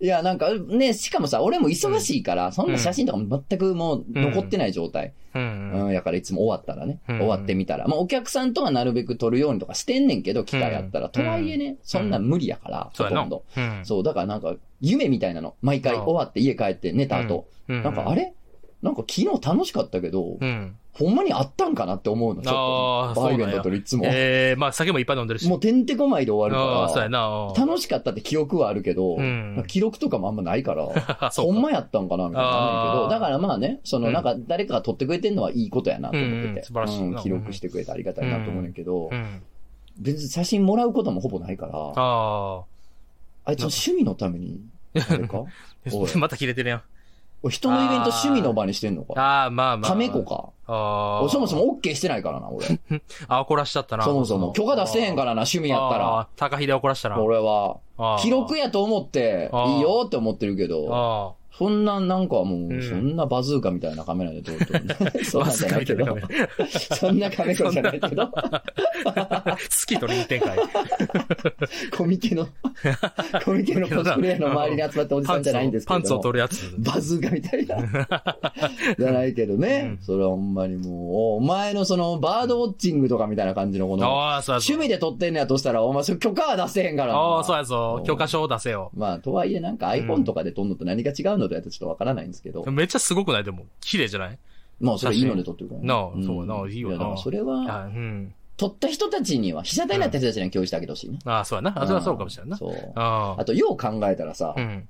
いや、なんか、ね、しかもさ、俺も忙しいから、そんな写真とかも全くもう残ってない状態。
対う。
うんん、
うん。
やからいつも終わったらね、
うん
終わってみたら。まあ、お客さんとはなるべく撮るようにとかしてんねんけど、機会あったら。
うん
とはいえね、そんなん無理やから、
そう
ほと
やな。
んど。
うん。
そう、だからなんか、夢みたいなの。毎回
ああ
終わって家帰って寝た後。
うん。
なんか、あれなんか昨日楽しかったけど、
うん。
ほんまにあったんかなって思うの、ちょ
あ
っ
あ
と。バイゲンだといつも。
ええ、まあ、酒もいっぱい飲んでるし。
もうてんてこまいで終わ
あ
る
あ、そう
か
や
ら、
な。
楽しかったって記憶はあるけど、
うん
記録とかもあんまないから、
[laughs] あ [laughs] そう
ほ
か
んまやったんかなみたいなのあんねんけ
あ
ど、
ー
だからまあね、その
うん
なんか誰かが撮ってくれてんのはいいことやなと思っ
うんう
て
ん
て
素晴らしいな
うん記録してくれてありがたいなと思うねんけど
う、ん。
別に写真もらうこともほぼないから、
あ
あいつの趣味のために、あれかおい
[laughs] あ。また切れてるやん。
おい人のイベント趣味の場にしてんのか
ああ、まあまあ。
カメ子か。
あ
お
あ。
そもそも OK してないからな、俺。
あ、怒らしちゃったな。。
そもそも。許可出してへんかららな、趣味やった
あ
ら。
あ。高秀怒らしたな。
俺は。
ああ
記録やと思って、
あー
いいよって思ってるけど、
あ
そんな、なんかも
う
う、
ん
そんなバズーカみたいなカメラで撮る
[laughs]
と。
あ。
そん
マ
なんじ
ス
ゃ
カ
ない
みた
け
いなカ
ど
メ。ラ。
そんなカメラじゃないけど、
スキー取りに行ってんかい。
コミ
[laughs]
ケの、コミケのコスプレイヤーの周りに集まったおじ
パ
さん
ン
じ
ツ
ゃないんで
を
すけ
パ
ど
ンツを
も。
取るやつ。
バズーカみたいな。じゃないけどね。
うん
それはほんまにもう、おお前のその、バードウォッチングとかみたいな感じのこの、
ああ、そうやぞ。
趣味で撮ってんのやとしたら、お前それ許可は出せへんからな。
ああ、そうやぞ。許可証を出せよ。
まあ、とはいえなんか iPhone とかで撮るのと何が違うのとやとちょっとわからないんですけど。
めっちゃすごくないでも、綺麗じゃない
まあ、それいいので撮ってるからね
なあそうやないいよな
やだからそれは、
あうん。
撮った人たちには、被写体になった人たちには共有してあげてほしいね。
ああ、そうやな。あ、それはそうかもしれんな。
そう。
あ
あと、よう考えたらさ
あ。う、ん。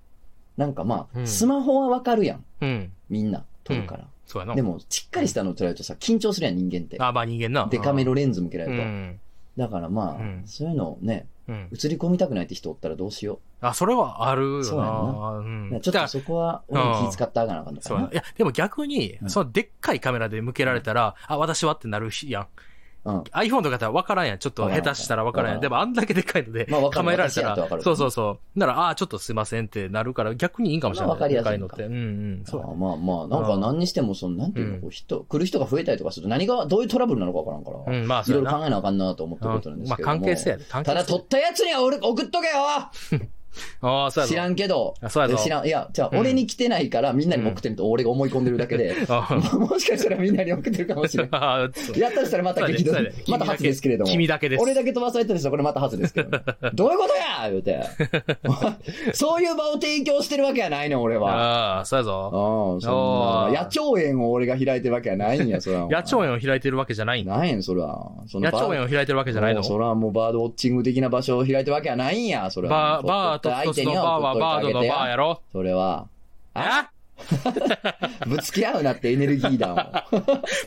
なんかま
う
あ、
ん
スマホはわかるやん。
うん。
みんな、撮るから。
そうやな。
でも、しっかりしたのを撮られるとさ、緊張するやん、人間って。
ああ、まあ人間な。
デカめのレンズ向けら
う
れる
ん。
と。だからま
う
あ、
ん
そういうのをね、
うん。
映り込みたくないって人おったらどうしよ
あ、それはあるよな。
そうやな
うん
う。ちょっとそこは、俺も気使ってあがなあかんの
そ
か
うや
な
な。いや、でも逆に
う、ん
そのでっかいカメラで向けられたら、あ、私はってなるやん。
うん。
iPhone とかだったら分からんやん。ちょっと
わからん
下手したら分からんや
わ
ん。
から
でもあんだけでかいので
まあわ、かる
構えられた
私やとわからる、
そうそうそう。なら、あーちょっとすいませんってなるから、逆にいいんかもしれ
ま
な
あ
い。
わかりやすい
でかいのって。うんうん。そうや
あ
な。
まあまあ、なんか何にしても、その、なんていうの、こう人、来る人が増えたりとかすると、何が、どういうトラブルなのかわからんから。
うん、まあ、
い
そ
ろ
う
い
や
ろ
な。
考えなあかんなと思ってることなんです
まあ
けども。
関係性やで。関係
た
性
だ取ったやつには俺送っとけよ
ああ、そうやぞ
知らんけど。
あそうやぞ。
知らん。いや、じゃあ
うん
俺に来てないからみんなにも送ってると俺が思い込んでるだけ
[laughs]
で、 [laughs]
あー
もしかしたらみんなに送ってるかもしれな
[laughs] あー、そう
い。やったとしたらまた激怒
そうやねそうやね。
また初ですけれども。
君だけです。
俺だけ飛ばされたりしたらこれまた初ですけ
[laughs]
どね。どういうことや言うて。そういう場を提供してるわけやないねん、俺は。
ああ、そうやぞ。
うん、そんな。野鳥園を俺が開いてるわけやないんや、それは。
[laughs] 野鳥
園
園を開いてるわけじゃないんだ。
ないん、それは。その
野
バー
鳥園を開いてるわけじゃないの
もうそれはもうバードウォッチング的な場所を開いてるわけはないんや、それは。
バー、バーと
相
一
手
つ
に
のバー
は
はバー
取
ド
っといてあげてや
のバーやろ
それは、
あ
ぶつけ合うなってエネルギー弾を。 [laughs]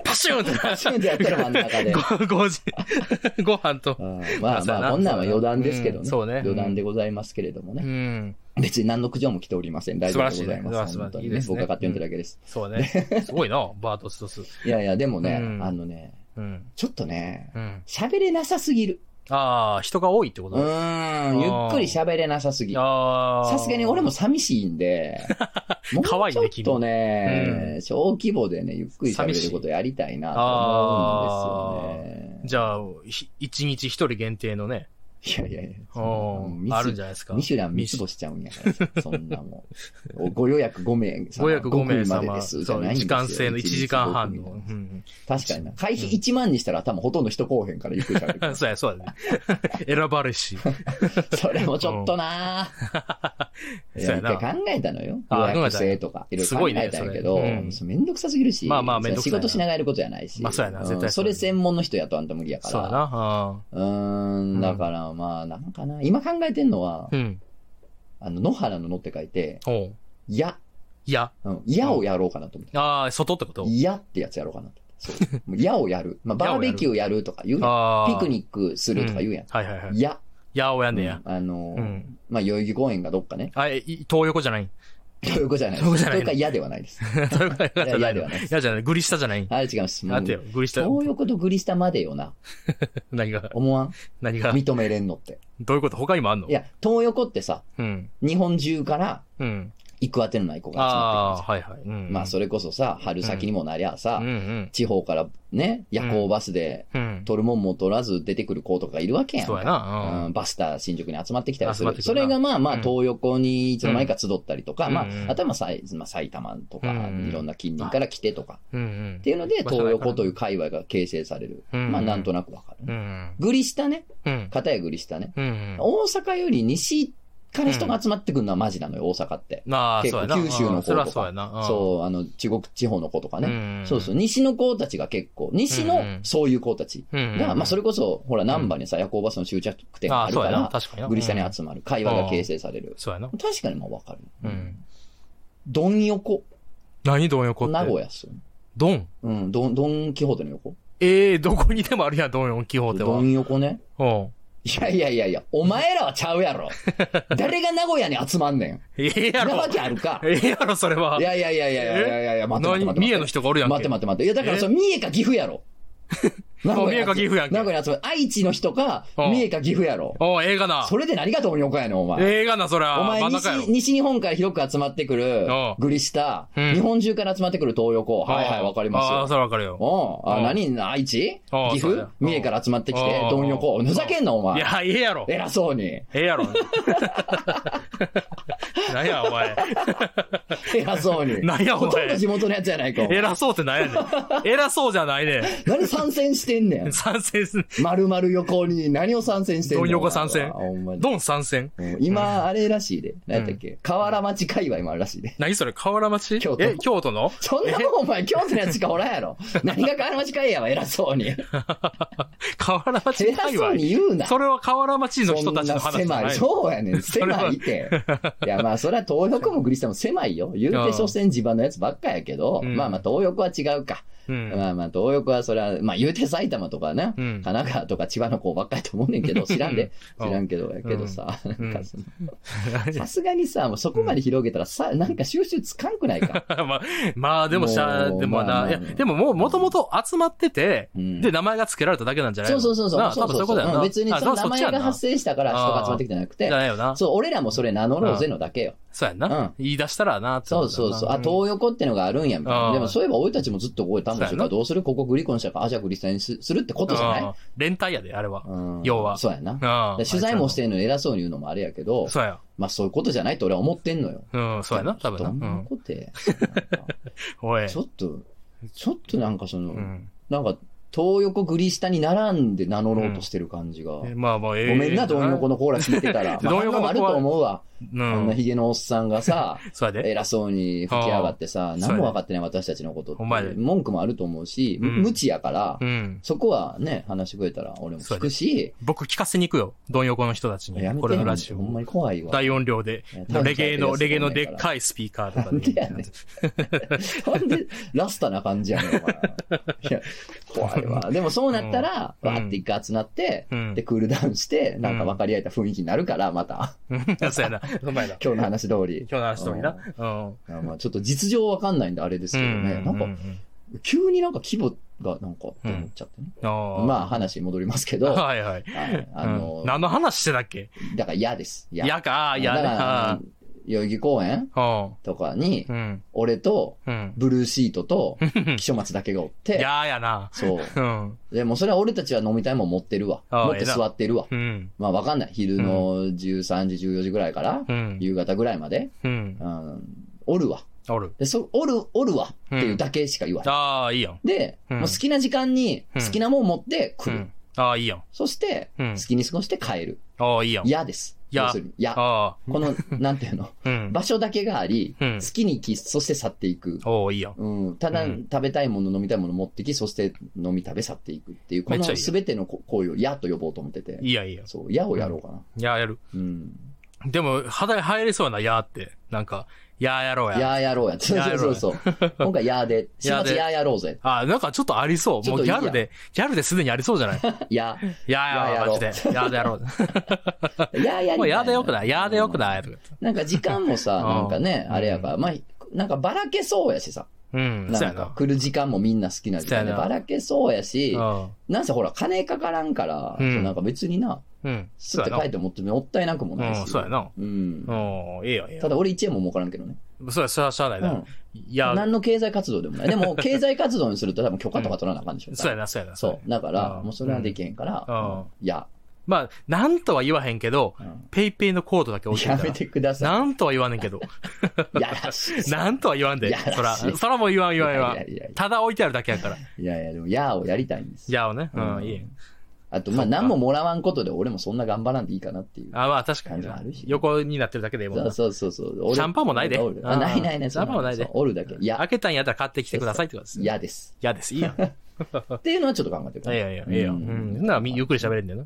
パシュンってな
チュンってやったら真ん中で。あ
ご、ごじ、 [laughs] ご飯と。
ーまあ
そうや
まあ、
な
こんなんは余談ですけど
う
ね。
んそうね
余談でございますけれども
う
ね。
ん。
別に何の苦情も来ておりません。大丈夫でござい
素晴
ま
らし
す。
い
本当に
いい
ね
ですね
僕が勝手に言っただけです。
そうね。すごいな、バートストス。
いやいや、でもね
う、ん
あのね、
うん。
ちょっとね、
うん。
喋れなさすぎる。
ああ、人が多いってこ
う
と
ーん、ゆっくり喋れなさすぎ。
ああ。
さすがに俺も、寂しいんで、もうち
かわいい
ょ
ね
っとね、小規模でね、ゆっくり喋れることやりたいなと思うんです
じゃあ、ひ一日一人限定のね、
よね。いやいやいや
う
そん
ん
な、
あ
もう
るん
ミ
じ
ス。
ゃないですか。
ミシュラン三つ星ちゃうんやからさ、そんなもん。ご予約5名様。
ご約5名
ご組まで
様、
ですじゃ
そ
な
う、
いんです
時
よ
間制の1時間半。
一日
の
ご組なん。で
う
す
ん
確かにな。会費1万にしたら多分ほとんど人こうへんからゆっくり喋るから。
そうや、そうやね。 [laughs] 選ばれし。
[laughs] それもちょっとなぁ。い
そ
や
うや
一
な
回考えたのよ。
あ
予
ー
約制とか、いろいろ考えたんやけど、
すごいねそれうん
そうめんどくさすぎるし、
まあまあめんどくさ
仕
いな
事しながらやることじゃないし。
まあそうやな絶対
んそ
そ
う
やな
れ専門の人やとあんた無理やから。
そうやな。
うーん、だからまあ、なんかな。今考えてんのは、
うんうん。
あの、野原の野って書いて、
おう
や、
いや。
うん、やをやろうかなと思って。
ああ、外ってこと
やってやつやろうかなと。そう。
[laughs]
もうやをやる。まあ、バーベキューやるとか言うやん。
ああ。
ピク
ッ
ニックするとか言うやん。
はいはいはい。
や。
やおやんねや。
うんあのー
うん
まあ、代々木公園がどっかね。
あ、え、い東横じゃない。 [laughs]
そういうことじゃないです。
そういうことじゃない
か嫌ではない
[laughs]
です。
東横じゃない
いやいやでは
の。
ない
いやじゃない。グリ下じゃない。
あれ違います。もう
なんてよ、グリ下。
東横とグリスタまでよな。
何が、
思わん
何が、
認めれんのって。
どういうこと他にもあんの
いや、東横ってさ、
うん。
日本中から
うん。
行く当てのない子が集まっ
あ
て
あ、
くるん
はいはい。うん
ですよ。まあ、それこそさ、春先にもなりゃあさ、
うんうん。
地方からね、夜行バスで、
うん。
取るもんも取らず出てくる子とかいるわけやんか。
そうやな。
う
うん
ん、バスター新宿に集まってきたりす
集まっ
る。
てくるな
それがまあま
う
あ
ん
東横にいつの間にか集ったりとか、
うん
ま
う
あ
ん、
あとはまあさい、まあ、埼玉とか、
うん
いろんな近隣から来てとか、
うんうん
って。いうので、
場所
東
が
横という界隈が形成される。
うん
まあ、なんとなくわかる
う
ね。
ん。
グリ下ね、
うん。
片やグリ下ね。
うん。
大阪より西から人が集まってくるのはマジなのよ、大阪って。
まあ、
結
そう
構
やな。
九州の
そ
方と
りゃ
か
そうやな。
そう、あの、中国地方の子とか
うん。
ね。
ん
そうそう、。西の子たちが結構、西
う
の
ん
そういう子たち。
うん。
が、まあ、それ
れ
こそ、ほら、難波にさ、夜行バスの終着点が
あ
あ
あ、
る
そう
か
やな。
ら、
確かにな。
グリ下
うん
に集まる。会話が形成される。
そうやな。
確かにまあわかる。
うん。
ドン横。
何どん横って。
名古屋っすよね。
どん。
うん、ドン、ドンキホーテの横。
ええ、どこにでもあるやん、どん横基本では。
ド
うん。
ン横ね。いやいやいやいや、お前らはちゃうや
[laughs]
ろ。誰が名古屋に集まんねん。
ええや
な
ろ
わ。けあるか。
ええやろ、それは。
いやいやいやいやいやいやいやいや、待って待
何
って
三重
待
の
って。
人がおるやんけ。
待って待って待って。いや、だからそれ、三重か岐阜や
[laughs]
ろ。名
三重か岐阜やんけ
名古屋に集まる。愛知の人か、
うん
三重か岐阜やろ。
おうええがな。
それで何がドン横やねん、お前。
ええがな、そりゃ。
お前
真ん中やろ
西、。西日本から広く集まってくる
おう、
グリ下、
うん
日本中から集まってくる東横。はいはい、わかります
ああ、
よ。
それわかるよ。
おうあ、
おう
何愛知
おう
岐
そうだ
阜
よ
三重から集まってきて
おう、
どん横。ふざけんな、お
い
前。
や、ええやろ。え
偉そうに。
え
[laughs]
やろ。何や、お前。
[laughs] 偉そうに。
何やお前
ほとんど地元のやつやないか。お前
偉そうってなんやねん。偉そうじゃないね
何参戦してんねん
[laughs] ん。。参戦す、
丸々横に何を参戦してんねん。
どん横
お前は
参戦
ほんまに
ドン参戦。
うん今、あれらしいで。何やったっけ河原町界隈もあるら
[laughs]
しいで。
何それ、河原町
京都
え、京都の
そんなもんお前、京都のやつしかおらんや
[laughs]
ろ。何が河原町界隈は偉そうに。
河原町
偉
界
そう
隈
に言うな。
[laughs] それは河原町の人たちの話じゃ
そんな狭。
ないい。
そうやねん。
それは
狭いって。いや、まあ、それは東横もグリスタも狭いよ。言う
う
て、
ん
所詮地盤のやつばっかやけど、
うん
まあまあ、東横は違うか。
うん。
まあまあ、東横はそれは、まあ言うて埼玉とかね、
うん
神奈川とか千葉の子ばっかりと思うねん
[laughs]
けど、知らんで、
うん
知らんけど、やけどさ、
うん
なんかそのさすがにさ、もうそこまで広げたらさ、なんか収集つかんくない
[laughs]
か。
[laughs] まあ、まあ、でもしゃあ、
もう
でも
まあま
な、
あ
いや、でももう、もともと集まってて、
うん
で、名前が付けられただけなんじゃない
そ
の
うそうそうそう。
なあ多分そういうことや
う
な。
ん別に
あ
その
だ
名
から
前
そっちやん
が
な
発生したから人が集まってきてなく
じ
て
ゃ、ないよな。
そう、俺らもそれ名乗ろうぜのだけよ。
そうやんな。言い出したらな、って
そ
なる
うん
だ
そ
よ
う
な
そう。あ、東横ってのがあるんや、みたい
あ
な。
ー
でもそういえば俺たちもずっと覚えたもん
そう
し
やな
かどうするここグリコンしたから、あ、じゃあグリスタにすするってことじゃ
う
なん
連帯やで、あれは。
いうん
要は
そうやな。
あ
で取材もしててんのに偉そうに言うのもあれやけど、
そうや。
まあそういうことじゃないと俺は思ってんのよ。
うん、そうやな、多分な。
ど
うん。
なんことやなんか
お
[laughs]
い。
ちょっと、ちょっとなんかその、
うん。
なんか、東横グリ下に並んで名乗ろうとしてる感じが。
えまあまあ、ええ
ごめんな、どん横
の。
のコーラ聞いてた
[laughs]
ら。まあ
どん横の
反
子は
応あると思うわ。
う。
あんなんヒゲのおっさんが
[laughs]
さ、
そうやで。
偉そうに吹き上がってさ、
ー
何も分かってない私たちのことって
ほんまやで
文句もあると思うし、
うん
無知やから
う、ん。
そこはね、話してくれたら俺も聞くし、
僕聞かせに行くよ。どん横の人たち
や
に。
め
こ
て
れの
よ
ラジ
ほんま
オ。
に怖いわ。
大音量で
いや。多分
レゲエの、
大
レゲエ
丈夫だと思う
の
ね
で
ん
っかいスピーカーとか
なんでやねん
で。
なんでラスタな感じやねん、お前いや、怖い
[laughs]
わ。でもそうなったら、
うん
わーって一回集まって、
うん
で、クールダウンして、なんか分かり合えた雰囲気になるから、また、
うん [laughs] そうやな。うまいな。
今
今
日の話通り。
日の話通りな。うん。
うん。まあちょっと実情わかんないんであれですけどね、
う
なんん
うん
か、
うん
急になんか規模がなんか、って思っちゃってね。
ああ。
まあ話戻りますけ
[laughs]
ど、は
はいはい。
いあの
うん、何の話してたっけ
だから嫌です。嫌。
やか、や
だか
ね。
らあ
あ
の代々木公園
あうん
とかに、
うん。
俺と、
うん。
ブルーシート
[laughs]
と、木書松だけがおって、
ややな。
そう。
うん。
でもそれは俺たちは飲みたいもん持ってるわ。
ああ
持って座ってるわ。
うん。
まあわかんない。昼の13時、14時ぐらいから、
うん。
夕方ぐらいまで、
うん。
うん、おるわ。
おる。
で、そ、おる、おるわっていうだけしか言わない。
ああ、いいやん。
で、
うん
もう好きな時間に
う
好
ん
きなもん持って来
う
る。
ん。ああ、いいやん。
そして、好
うん。
きに過ごして帰る。
ああ、いいやん。
嫌です。
嫌
要するに嫌。
あ
この、なんていうの、
あ、うん。
場所だけがあり、
うん
好きに来、そして去っていく。
おーいいやん。
うん、ただ、
うん
食べたいもの、飲みたいもの持ってき、そして飲み食べ去っていくっていう、こ
めっちゃ
の
いい
すべてのこ行為を嫌と呼ぼうと思ってて、
いいやん、いいやん。
そう、嫌をやろうかな。
いや、やる。
うん。
でも、肌に入れそうやな、やーって。なんか、やーやろうや。
嫌やろうや。そう
や
そうそうそう。今回嫌で、始
[laughs] やで
末嫌やろうぜ。
あーなんかちょっとありそう。
ちょっ
も
と
う
いい
ギ
やん
ャルで、ギャルですでにありそう
[laughs]
じゃない
嫌。
やーやろう、
や
マ
ー
ジで。やーでやろう。
嫌やりたいな
[laughs] もうやーでよくない、やーでよくない。とか言って
なんか時間もさ、
うん
なんかね、あれやから、まあ、なんかばらけそうやしさ。
うん、そう
な
や
ん
な
か。来る時間もみんな好きな時間で
そうや
ば
な
らけそうやし、
う
なんせほら、金かからんから、
うん
そうなんか別にな、
ん。うん。
す
そ
っ
う
て
や
書いてもってもったいなくもない
な。うん、
し。
そうやな。
うん
うん、ええやん、ええや
ただ俺1円も儲からんけどね。
ん。そうや、それはしゃあないうな。
ん。
いや、
何の経済活動でもない。でも、経済活動にすると多分許可とか取らなあかんでしょ。
そうやな、そうやな。
そ
やな
う。だから、
うん
もうそれはできへんから、
うん
うんいや、
まあ、なんとは言わへんけど、
うん
ペイペイのコードだけ置いて
や
た
め
ら。
てくださ
なんとは言わねん
[laughs]
けど。
い。やらしい。
[laughs] なんとは言わん
い
で
や。
そら、
らしい
そらもう言わん
い
言わん言わ
いや
ん。
いやい
ただ置いてあるだけやから。
や、いやいや、でも、やーをやりたいんです。
じゃあね。う、
うん
いいやん。
あと、まあ、
そっか
何ももらわんことで俺もそんな頑張らんでいいかなっていう。
あ、まあ確かに
感じもあ
な
るし。
横になってるだけでいいもん
そう
な。
そうそうそう。
シャンパンもないで
おるあ
うん
ないないない。
シャンパンもないで
そうおるだけ。いや、
開けたんやったら買ってきてくださいってことです。
嫌です。
嫌です。い
[laughs]
いやん。い
っていうのはちょっと考えてるか
や
な。
いやいや、ええやん。うん。ならみゆっくり喋れんだよな。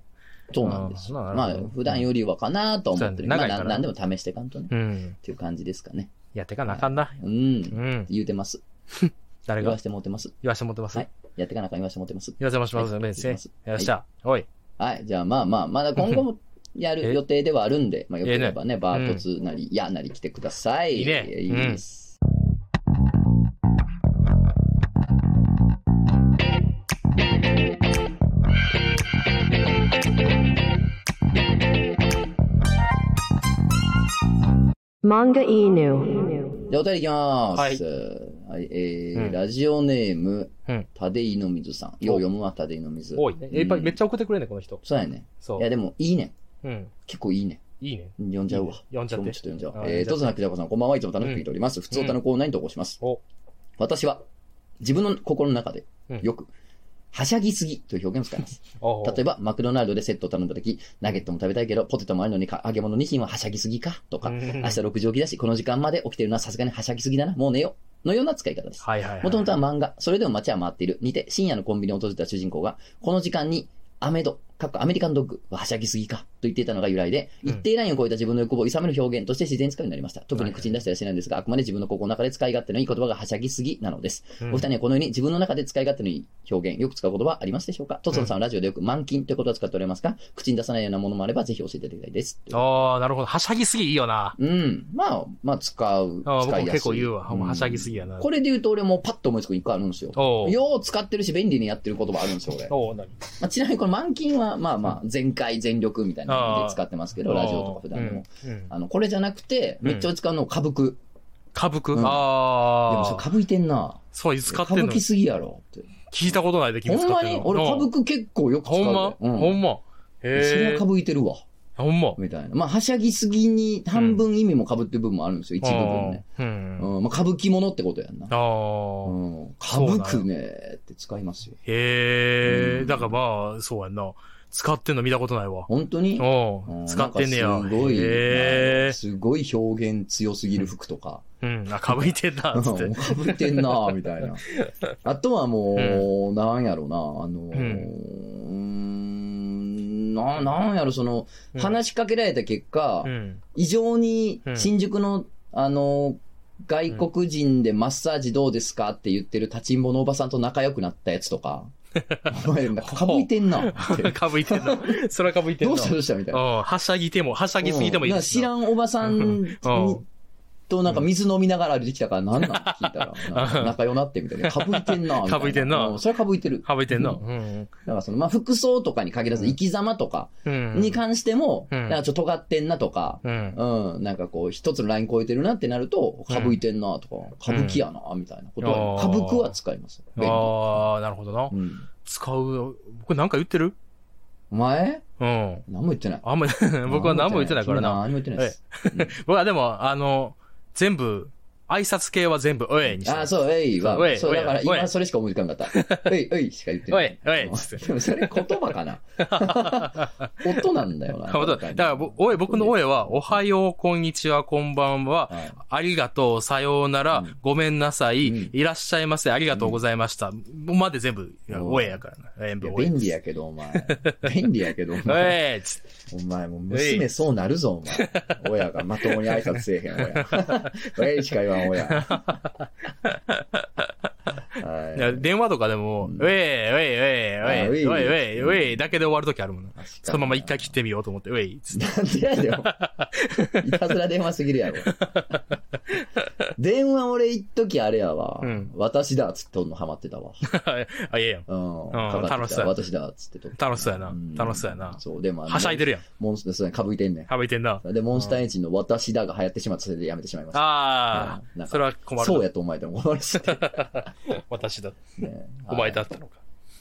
そうなんです。
あー
ま
な
あ
るほど、
普段よりはかなと思ってる。
そ
ま
うや
あ、
ね長い
な
から
んでも試してかんとね。っ
うん。
ていう感じですかね。
いや、てかなあかんな。
う。
うんん。
言うてます。
誰
言
が
わしてもってます。
言わしてもらってます。
は
言
い。やってかなあかん言わしてもってます。
わせもらってますよ
はい
ね。
言
先
わせて
生
もらってます
よっしゃ。おい。
はい。じゃあ、まあまあ、まだ今後もやる
え
予定ではあるんで、まあ、よければね、バ
うん
ートツなり、やなり来てください。
いいね
えいいです。
Manga Inu.
じゃあ、お便りいきます。
はい
はい。え
う
ー、
ん
ラジオネーム
うん、
タデイノミズさん。よう読むわ、タデイノミズ。
おい。えいっぱいめっちゃ送ってくれんね、この人。
そうやね。
そ
いや、
う。
でも、いいね。
うん。
結構いいね。
いいね。
読んじゃうわ。
読んじゃっ
今
て
日も。ちょっと読ん
あ
じゃう。
ー
えー、とつなきだこさん、こんばんはいつも楽しく聞いております。普通おたのコーナーに投稿します。
お。
私は、自分の心の中で
うん、
よく、はしゃぎすぎという表現を使います。
お
例えば、マクドナルドでセットを頼んだ時、ナゲットも食べたいけど、ポテトもあるのにか、揚げ物2品ははしゃぎすぎかとか、
うん
明日6時起きだし、この時間まで起きてるのはさすがにはしゃぎすぎだな、もう寝よう。のような使い方です。
はいはいはい。
もともとは漫画、それでも街は回っている、にて深夜のコンビニを訪れた主人公が、この時間にアメド、かっこアメリカンドッグははしゃぎすぎかと言っていたのが由来で、
うん
一定ラインを超えた自分の欲望を諌める表現として自然使うようになりました。特に口に出したりはしないんですが、あくまで自分の心の中で使い勝手のいい言葉がはしゃぎすぎなのです。
うん、
お二人はこのように自分の中で使い勝手のいい表現、よく使う言葉はありますでしょうかとつのさんはラジオでよく満金という言葉を使っておりますが、口に出さないようなものもあればぜひ教えていただきたいです。
ああ、なるほど。はしゃぎすぎいいよな。
うん。まあ、まあ、使う。
ああ、僕
使
も
いやすい。
結構言うわ。ほんまはしゃぎす
ぎ。
ぎやな。
これで言うと俺もパッと思いつく一個あるんですよ。
おう
よう使ってるし、便利にやってる言葉あるんですよ、俺。ま
おう何
あ、ちなみにこの満金は、まあまあ、全開全力みたいな感じで使ってますけど、ラジオとか普段でも。
うんうん
あの、これじゃなくて、めっちゃ使うの歌舞伎。で
歌舞伎
うんも
あ
それ
あ。
歌舞いてんな。
そう、いつ使っ
歌
て
舞
んの
伎すぎやろって。
聞いたことないで、君
ほ
使
ん
っ
ま
てん
に
の。
俺歌
うん
舞伎結構よく使う
ほん
で。
ま
うん。
ほんま。
それは
へえ
歌。舞いてるわ。
ほんま。
みたいな。まあ、はしゃぎすぎに半分意味も被ってる部分もあるんですよ、一部分ね。
あーうん。
うん。まあ、歌舞伎ものってことやんな。う
ああ。
ん。歌舞伎ねって使いますよ。
へ
う
え。
ん
だからまあ、そうやんな。使ってんの見たことないわ。
本当に
お
う
うん使ってんねや。
なんかすごい、
へえ。
すごい表現強すぎる服とか。
うん。あ、かぶいてんな、つっ
うん
て。
かぶってんなぁみたい
[laughs]
な。あとはもう、なんやろな、あのー、う
うん
ーん、な、なんやろ、その、
うん
話しかけられた結果、
うん。 [laughs]
異常に
うん
新宿の、あのー、外国人でマッサージどうですかって言ってる立ちんぼのおばさんと仲良くなったやつとか、お前、
[laughs]
なんかかぶいてんなって。
かぶいてんな。それはかぶいて
[laughs]
ん
ど
な。
うしたどうしたみたいな。
うんはしゃぎても、はしゃぎすぎてもいい
うんなん
で
か
す
知
な
らんおばさんに
うん
となんか水飲みながら歩いてきたからなんなんって聞いたら、なんか仲良なってみたいな。かぶいてんなみたいな。
[laughs] かぶいてんな
うんそれはかぶいてる。
省いてんな。
う
うん。
だからその、まあ、服装とかに限らず、生き様とか
うん。
に関しても、
うん
なんかちょっと尖ってんなとか、
うん。
うん、なんかこう、一つのライン超えてるなってなると、
うん
かぶいてんなとか、
うん
歌舞伎やな、みたいなこと
あ
は、
ー
歌舞伎は使います。便利
ああ、なるほどな
う。ん。
使う。僕なんか言ってる
お前
うん。
何も言ってない。
あんまり、 [laughs] 僕は何も言ってないからな。
何も言ってないです。
僕はでも、あの、全部、挨拶系は全部、おいにしてる
あ、そう、えい
そうお
は。
い
そう、だから
おい
今それしか思い浮かんなか
[laughs]
った。えい、えいしか言ってない。
おいおい
うんでもそれ言葉か
[laughs]
な。音なんだよな。
かだから、ぼおい、僕のおいは、おはよう、こんにちは、こんばんは、
はい
ありがとう、さようなら、
うん
ごめんなさい、
うん
いらっしゃいませ、ありがとうございました。まで全部、いや
うん
おえやからな。全
い
部
や
おえ。
便利やけど、お前。便利やけど、お
お
前。
えっつって
お前もう娘そうなるぞ、お前。親がまともに挨拶せえへん、
[laughs]
親。親しか言わん、親。はい
いや電話とかでも、
ん
おえおえおえおえ
あ
お
おい
えおえおえだけで終わるときあるもんな。
確かに
そのまま一回切ってみようと思って、おえっつって。
なんでやねんお前。いたずら電話すぎるやろ。電話俺一時あれやわ。
うん
私だっつってとんのハマってたわ。
あ、いやいや。
うん。
うん
かかって
楽し
き
そ
た
う
私だっつってとって
楽しそうやなん楽しそうやな
そう、でもあの
はしゃいでるやん。
モンスター、そうやかぶいてんね
はべてんな。
ん。で、モンスターエンジンの私だが流行ってしまって、それでやめてしまいました。
あ
うんなん
あ、
か
それは困るな。
そうやとお前でも思われてて。
私だ。
ね
お前だったのか。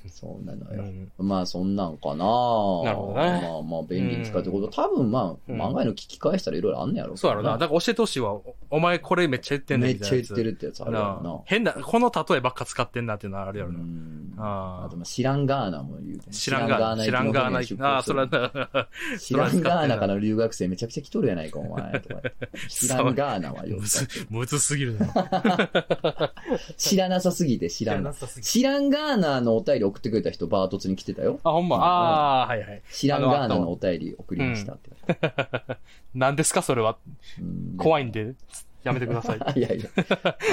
そうなの
う
よ。
ん
まあそんなんかな
なるほどね
まあまあ便利に使うってこと。多分まあ、
うん
漫画への聞き返したらいろいろあんねやろ。
そうやろな。だから教えてほしいわ。おお前これめっちゃ言ってんね
め
ん
っ
みた
ち
い
ゃ言
な
っ
やつ。
てるってやつある
な
わ
あ
な。
変な、この例えばっか使ってんなっていうのはあるやろ
う
な。
ん
あー
あとまあ知らんガーナも言うてね
知らんがな、知らんがな、ああ、それはな、
知らんガーナからの留学生めちゃくちゃ来とるやないか、お
[laughs]
前。とか言って知らんガーナはよ
む。ず、
[laughs]
むずすぎるな。
知らなさすぎて知
知
ら
ら
ん
な。さすぎる
知らんガーナのお便り送ってくれた人、バートツに来てたよ。
あ、ほんま、ああ、はいはい。
知らんガーナのお便り送りましたって。
何ですか、それは。
うん
怖いんで、やめてください。
[laughs] いやいや。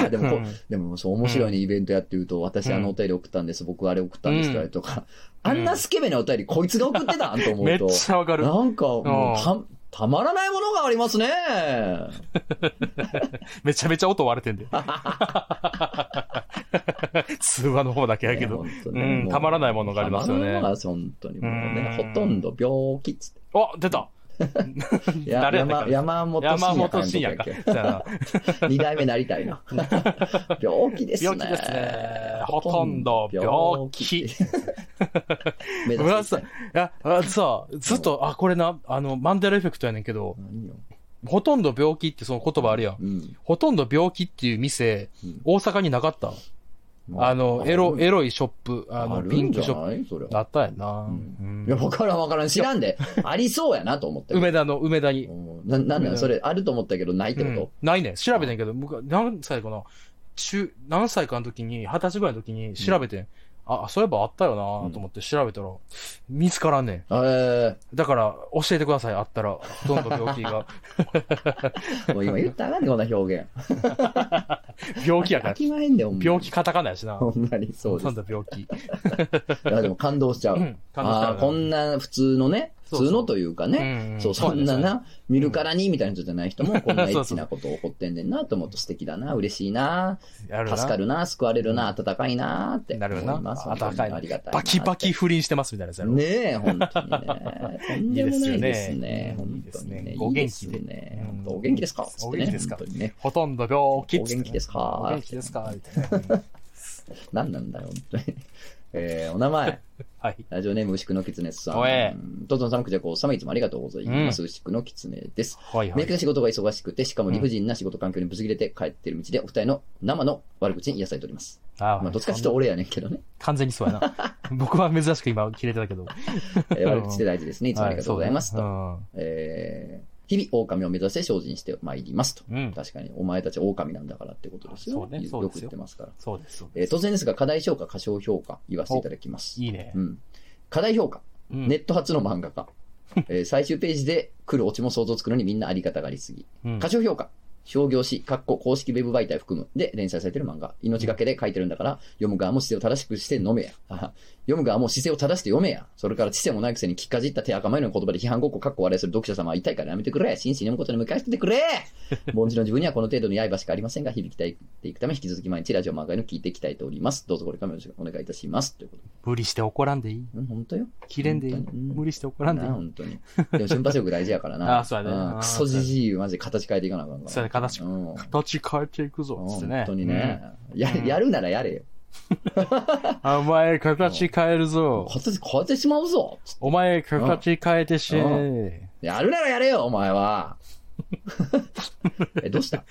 あでもこ、
うん
でもそう、面白いね、イベントやってると、私あのお便り送ったんです、僕あれ送ったんですとか、とか、
うん
あんなスケベなお便り、こいつが送ってたんと思
め
う
っ
と。
ちゃわかる。
なんか、もうた、たまらないものがありますね。
めちゃめちゃ音割れ
[laughs]
てんで。通話の方だけやけど
ね。本当
う
ね
ん、
もう
たまらないものがありますよ
たまら
ね
ないも。のが本当にもうね、
うん
ほとんど病気っつって。
あ、出た
いや
誰やったっ
山
け
山本
山
慎也
本慎也
監督 [laughs]
か
やっ。
じゃあ
け。二代目なりたい
[laughs]
な。病気ですね。
病気ですね。ほとんど病
[laughs]
気。い。
目指す。
や、あさ、ずっと、あ、これな、あの、マンデラエフェクトやねんけど、
何よ。
ほとんど病気ってその言葉あるやん。
うん。
ほとんど病気っていう店
うん、
大阪になかった。あの、エロ、エロいショップ、あ
あ
の、
る
ピン
ん
ク
じ
ショ
ゃ
ッ
ないそれ
プ。だったやんな。うん
いや、わからんわからん。知らんで。ありそうやなと思ったけど。
梅田の、梅田に。
うんな、なんなんそれ、あると思ったけど、ないって
う
こ
んないね。調べてんけど、僕は何歳かな中、何歳かの時に、二十歳ぐらいの時に調べてん。あ、そういえばあったよなと思って調べたら、見つからんねん。
とえ
だから、教えてください、あったら。ほとんど病気
[laughs]
が。
えもう今言ったらあかんね、こんな表現。
[laughs] 病気やか
飽
ら。
きまへんで、ほんまに
病気カタカナやしな。
ほ
ほ
んまに、そうで
とん
す。
ど病気。
いや、でも感動しちゃう。
うん感動しち
あ
ゃう
あー、こんな普通のね、
そう
普
そう
通のというかね。
ん
そう、そんな。
う
な、見るからにみたいな人じゃない人も、こんなエ
[laughs] そ
ッ
うそ
チ
う
なこと起こってんねんなと思うと素敵だな、嬉しいな、
ですやる
助か
な。
るな、救われるな、温かいなって。
なるよ
思い
な。
ます
あったかい
本当にありがたいな
バキバキ不倫してますみたいなやつやろ。
ねえ、本当に
[laughs]
ね。とんでもないですね。
いい
本
で
当
す
に
ね
ね。
ご元気で
いいすね
うん
本当お元気ですか
お元気ですか
つってね本当にね。
ほとんど病気っつってね
お元気ですか
お元気ですかみたいな。
何なんだよ、本当に。 [laughs] えー、お名
[laughs]
前。
はい。
ラジオネーム、牛久の狐さん。
おえ
とぞのさんくじゃこうさまいつもありがとうございます。牛久の狐です。
はいは
めっ
い。
ちゃ仕事が忙しくて、しかも理不尽な仕事環境にぶつ切れて帰ってる道で、お二人の生の悪口に癒されております。
あ
まあ、どっちかっていうと俺やねんけ
[laughs]
どね。
完全にそうや
[laughs]
な。僕は珍しく今切れてたけど。
えー悪口って大事ですね。いつもありがとうございます。
は
と。えー日々、狼を目指して精進してまいりますと。
そうだねうん。うん
確かに、お前たち狼なんだからってことですよ。
そうね
よ
そう
よ
で
く
す
言
よ
ってますから。
そうです。そうです
えー突然ですが、課題評価、過小評価、言わせていただきます。
いいね
う。ん。課題評価、
うん
ネット初の漫画
[laughs]
家。えー最終ページで来るオチも想像つくのにみんなありがたがりすぎ。
うん
過小評価、商業誌、かっこ公式ウェブ媒体含むで連載されてる漫画。命がけで書いてるんだから、読む側も姿勢を正しくして飲めや。あは読む側も姿勢を正して読めや。それから知性もないくせにきっかじった手赤前のような言葉で批判ごっこかっこ笑いする読者様は痛いからやめてくれ。真摯に読むことに向かいしてて [laughs] くれ凡人の自分にはこの程度の刃しかありませんが、日々鍛えていくため引き続き毎日ラジオ漫画の聞いて鍛えております。どうぞこれからもよろしくお願いいたします。というこ
無理して怒らんでいい。
と。うん、本当よ。
切れんでいい。
本当にうん
無理して怒らんでいい
な。本当に。でも瞬発力大事やから [laughs] な。
あそうやね
んクソじじい、マジで形変えていかなあかんから。
そうやね形
うん
形変えていくぞ、つってね。
本当にね。や
うん
やるならやれよ。
うん。お前、形変えるぞ。
形変わってしまうぞつって
お前、形変えてし。
やるならやれよ、お前は。 [laughs] え、どうした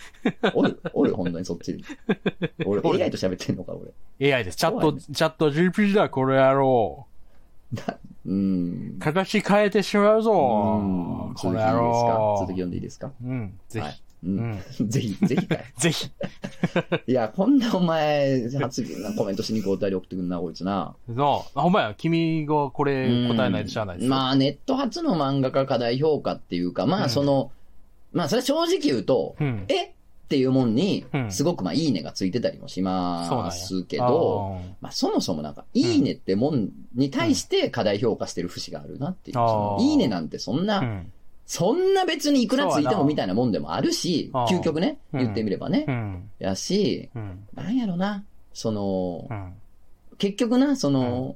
おるおる、ほんとにそっちに。俺、
おる
AI と喋ってんのか、俺。
AI です。チャッ
そう
ト、
やね
チャット GP だ、これ野郎。
うん。
形変えてしまうぞ。
うん
こ
続きいいです
れ野
か
郎
続き。読んでいいですか
うん、ぜ
は
ひ
い。うん。 [laughs] ぜひ、ぜひかい。
ぜひ。
いや、こんなお前、発言なコメントしに交代で送ってくんな、こいつな。
の、あ、ほんまや、君がこれ答えないとしゃあないですよ。
まあ、ネット初の漫画家課題評価っていうか、ま
うん
あ、その、まあ、それは正直言うと、
うん。
えっていうもんに
う、ん
すごくまあ、いいねがついてたりもしますけど、
あー、
まあ、そもそもなんか、いいねってもんに対して課題評価してる節があるなっていう。
うん
その
あー
いいねなんてそんな、
うん。
そんな別にいくらついて
そうや
も
な
みたいなもんでもあるし、
あー
究極ね、
うん
言ってみればね。
うん。
やし、
うん。
なんやろな、その
う、ん。
結局な、その、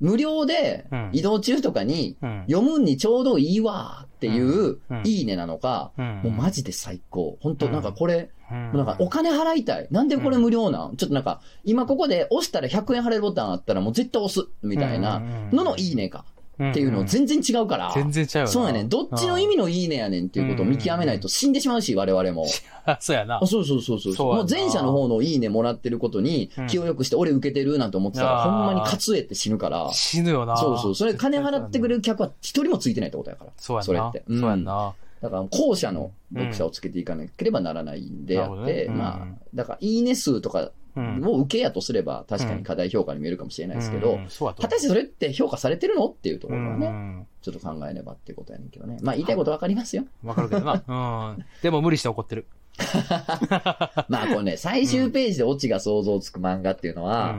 無料で
うん
移動中とかに
うん。
読むにちょうどいいわーっていう
うんう、ん
いいねなのか、
うん
もうマジで最高。本当
うん
なんかこれ、
うん
なんかお金払いたい。なんでこれ無料なんちょっとなんか、今ここで押したら100円払えるボタンあったらもう絶対押す、みたいなののいいねか
っ
っていうの全然違うから。
全然ちゃうよな
そうやねん。どっちの意味のいいねやねんっていうことを見極めないと死んでしまうし、我々も。
あそうやな
あ。そうそうそうそう
そうやな
もう前者の方のいいねもらってることに
うん
気を良くして、俺受けてるなんて思ってたら、
あー
ほんまに勝つえって死ぬから。
死ぬよな。
そうそう。それ金払ってくれ
る。
る客は一人もついてないってことやから。
そうやな。
それってうん
そうやな。
だから、後者の読者をつけていかなければならないんであっ
うんなるほ
て、
どね
ま
うん
あ、だから、いいね数とか
うん。
を受けやとすれば、確かに課題評価に見えるかもしれないですけ
う
ど
ん、、そうやと
果たしてそれって評価されてるのっていうとこ
う
ろはね、
ん。
ちょっと考えればっていうことやねんけどね。まあ、言いたいことわかりますよ。
わかるけどな。うん。でも無理して怒ってる。 [laughs]
まあ、これね、最終ページでオチが想像つく漫画っていうのは、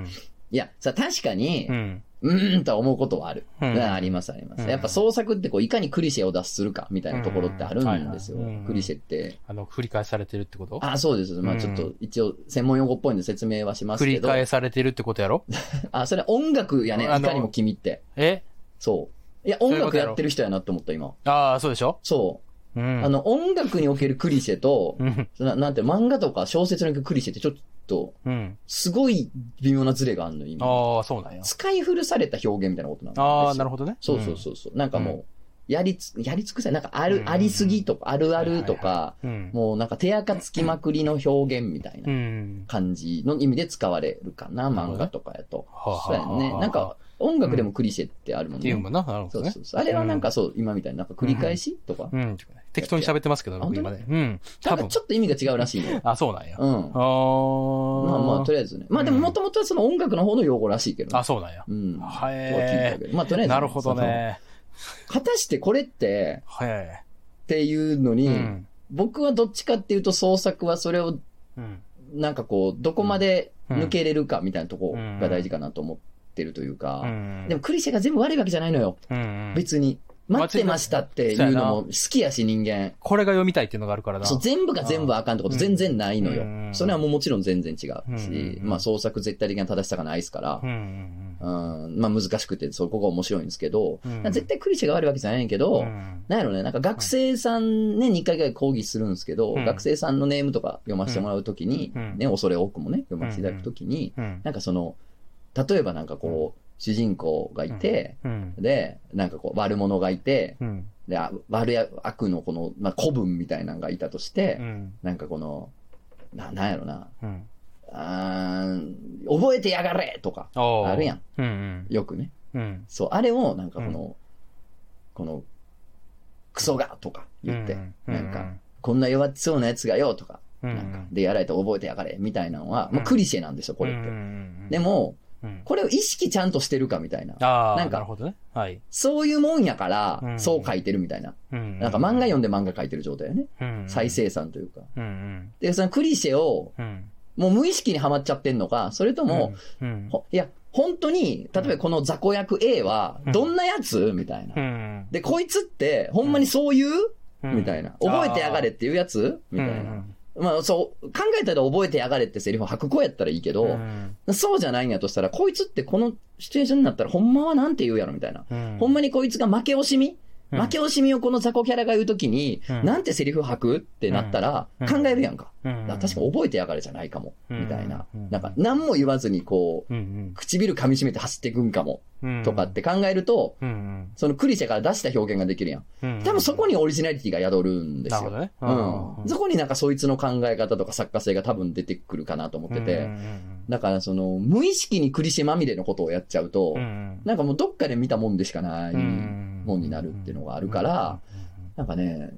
いや、さ、確かに
う、ん。
うーんとは思うことはある。
う
うんんありますありま
う
す。
ん
やっぱ創作ってこう、いかにクリシェを脱するかみたいなところってあるんですよ
うんはいはいうん。
クリシェって。
あの、繰り返されてるってこと
あ、そうです。まあちょっ
う
と、一応、専門用語っぽいんで説明はします
繰
け
り
ど。
返されてるってことやろ
あ、それ音楽やね。い
あの
かにも君って。
え
そう。いや、
うい
音
うこと
楽
やろ
やってる人やなと思った、今。
ああ、そうでしょ
そうう。
ん。
あの、音楽におけるクリシェと、
うん、
そのなんて、漫画とか小説におけるクリシェってちょっと、
うん。
すごい微妙なズレがあるの、今。
ああ、そうなんや。
使い古された表現みたいなことなんですよ
ああ、なるほどね。
そうそうそうそう。なんかもう、やりつ、やり尽くせ、なんかあ
う
る、
ん
ありすぎとか、あるあると
は
か、
うん。うん。。
もうなんか手垢つきまくりの表現みたいうなん感じの意味で使われるかな、漫画とかやと。
はあはあ
そうやんね。なんか、音楽でもクリシェってあるもん
って
ね。
いうもんな。なるほ
そ
ど
う
ね
そ。うそう。あれはなんかそう、今みたいになんか繰り返しとか
う。ん。適当に喋ってますけど、僕今ね。うん。
な
多
んか
分
ち。ょっと意味が違うらしいのよ。
あ、そうなんや。あ
うん。
あ。
ま
ま
あまあ、とりあえずね。まあでももともとはその音楽の方の用語らしいけどね。
あ、そうなんや。
うん。
は
とは聞いた
え
けどまあとりあえずね
なるほどね。
その果たしてこれって、
はえ
っていうのに、
うん。
僕はどっちかっていうと創作はそれを
うん。
なんかこう、どこまで抜けれるかみたいなとこが大事かなと思ってるという
う
か、
ん。
でもクリシェが全部悪いわけじゃないのよ。
うん。
別に。待ってましたっていうのも好きやし人間。
これが読みたいっていうのがあるからな。
そう、全部が全部あかんってこと全然ないのよ
うん。
それはもうもちろん全然違
う
うんし、まあ創作絶対的な正しさがないですから
う、ん。
うん、まあ難しくてそこが面白いんですけど、
うん
絶対クリシェが悪いわけじゃないんやけ
う
ど、
ん。
なんやろね、なんか学生さんね、2回ぐらい講義するんですけど、
うん
学生さんのネームとか読ませてもらうときに、
うん
ね、恐れ多くもね、読ませていただくときに、
うん。
なんかその、例えばなんかこう、主人公がいて、
うん。
で、なんかこう、悪者がいて、
うん。
で、あ悪や、悪のこの、まあ、古文みたいなのがいたとして、
うん。
なんかこの、な、なんやろな、
うん。
あー覚えてやがれとか、あるやん。
ん。うん。
よくね。
うん。
そう、あれを、なんかこの、この、クソがとか言って、なんか、、こんな弱そうなやつがよとか、
な
なんか、でやられて覚えてやがれみたいなのは、まあ、クリシェなんですよ、これって。
て
で
も、
も、
うん。
これを意識ちゃんとしてるかみたいな。
あ
な
あ、
んか
なるほどね。はい。
そういうもんやか
う
ら、
ん
そう書いてるみたいな。
うん。
なんか漫画読んで漫画書いてる状態よね。
うん
再。生産というか。
うん
で、そのクリシェを、
うん。うん。
もう無意識にはまっちゃってんのか、それとも、
うん、うん。
ほいや、本当に、例えばこの雑魚役 A は
う、ん
どんなやつみたいな
う。ん。
で、こいつって、ほんまにそういう
うん
みたいな。覚えてやがれっていうやつみたいな。まあ、そう、考えたら覚えてやがれってセリフを吐く子やったらいいけ
う
ど、
ん。
そうじゃないんやとしたら、こいつってこのシチュエーションになったら、ほんまはなんて言うやろみたいな。ほんまにこいつが負け惜しみ
うん
負け惜しみをこの雑魚キャラが言うときに、
うん
なんてセリフ吐くってなったら
うん
考えるやんか。
う
だ
ん。
から確か覚えてやがれじゃないかも。
うん
みたいな
うん。
なんか何も言わずにこう、
うん
唇噛み締めて走っていくんかも。
うん。
とかって考えると、
うん。
そのクリシェから出した表現ができるやん。
うん。うん。
多分そこにオリジナリティが宿るんです
なるほ
よ。
どね。
うん。そこになんかそいつの考え方とか作家性が多分出てくるかなと思って
う
て。
んうん
だからその、無意識にクリシェまみれのことをやっちゃうと
うんう、ん。
なんかもうどっかで見たもんでしかない
うん
もんになるっていうのがあるから、なんかね、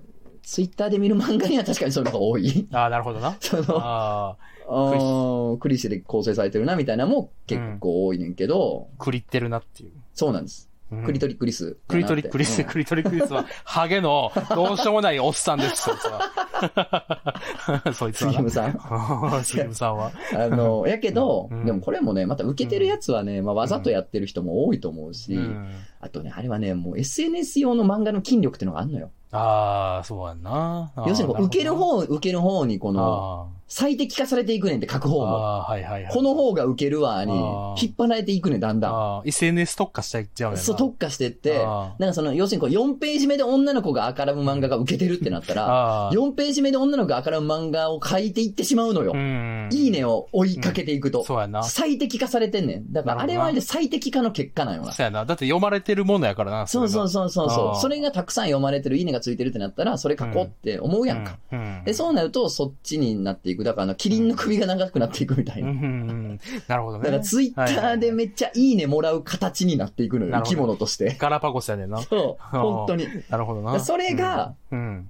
ツイッターで見る漫画には確かにそういうのが多い。 [laughs]
ああ、なるほどな。
その、
ああ、
あークリシェで構成されてるなみたいなのも結構多いねんけど、
クリってるなっていう。
そうなんです。
うん
クリトリクリス。
クリトリクリス、クリトリクリスは、ハゲの、どうしようもないおっさんです、そいつ
[laughs]
は。そいつ
ス
は
ギム
な。
さん。
[laughs] スギムさんは。
あの、やけど、
うん
でもこれもね、また受けてるやつはね、まあ、わざとやってる人も多いと思うし、
うん
あとね、あれはね、もう SNS 用の漫画の筋力っていうのがあるのよ。
ああ、そうやんな。あー
要するにこう、受ける、方、受ける方にこ
なるほ
の、
どな
最適化されていくねんって書く方
あー
も。
あー、はいはいはい。
この方が受けるわに
あー
引っ張られていくねん、だんだん。
あー SNS 特化しちゃいっちゃうやんな。
そう特化してって、
あ
なんかその、要するにこう4ページ目で女の子が赤らむ漫画が受けてるってなったら、
ああ。
4ページ目で女の子が赤らむ漫画を書いていってしまうのよ。
うん
いいねを追いかけていくと。
そうやな。そ
最適化されてんねん。だからあれはあれで最適化の結果なんよな。
うやな。だって読まれてるものやからな。
そうそう
そ
そうそうそ
あー
う。それがたくさん読まれてる、いいねがついてるってなったら、それ書こうって思う
う
やんか。。
うん。
で、そうなると、そっちになっていく。だからあの、キリンの首が長くなっていくみたい
うん。う
な。
んうんなるほどね。
だからツイッターでめっちゃいいねもらう形になっていくのよ。
なる
生
ほど
き物と
[laughs]
して。
ガラパゴスやねんな。
そう。本当に。
なるほど
だから
な。
それが
うん、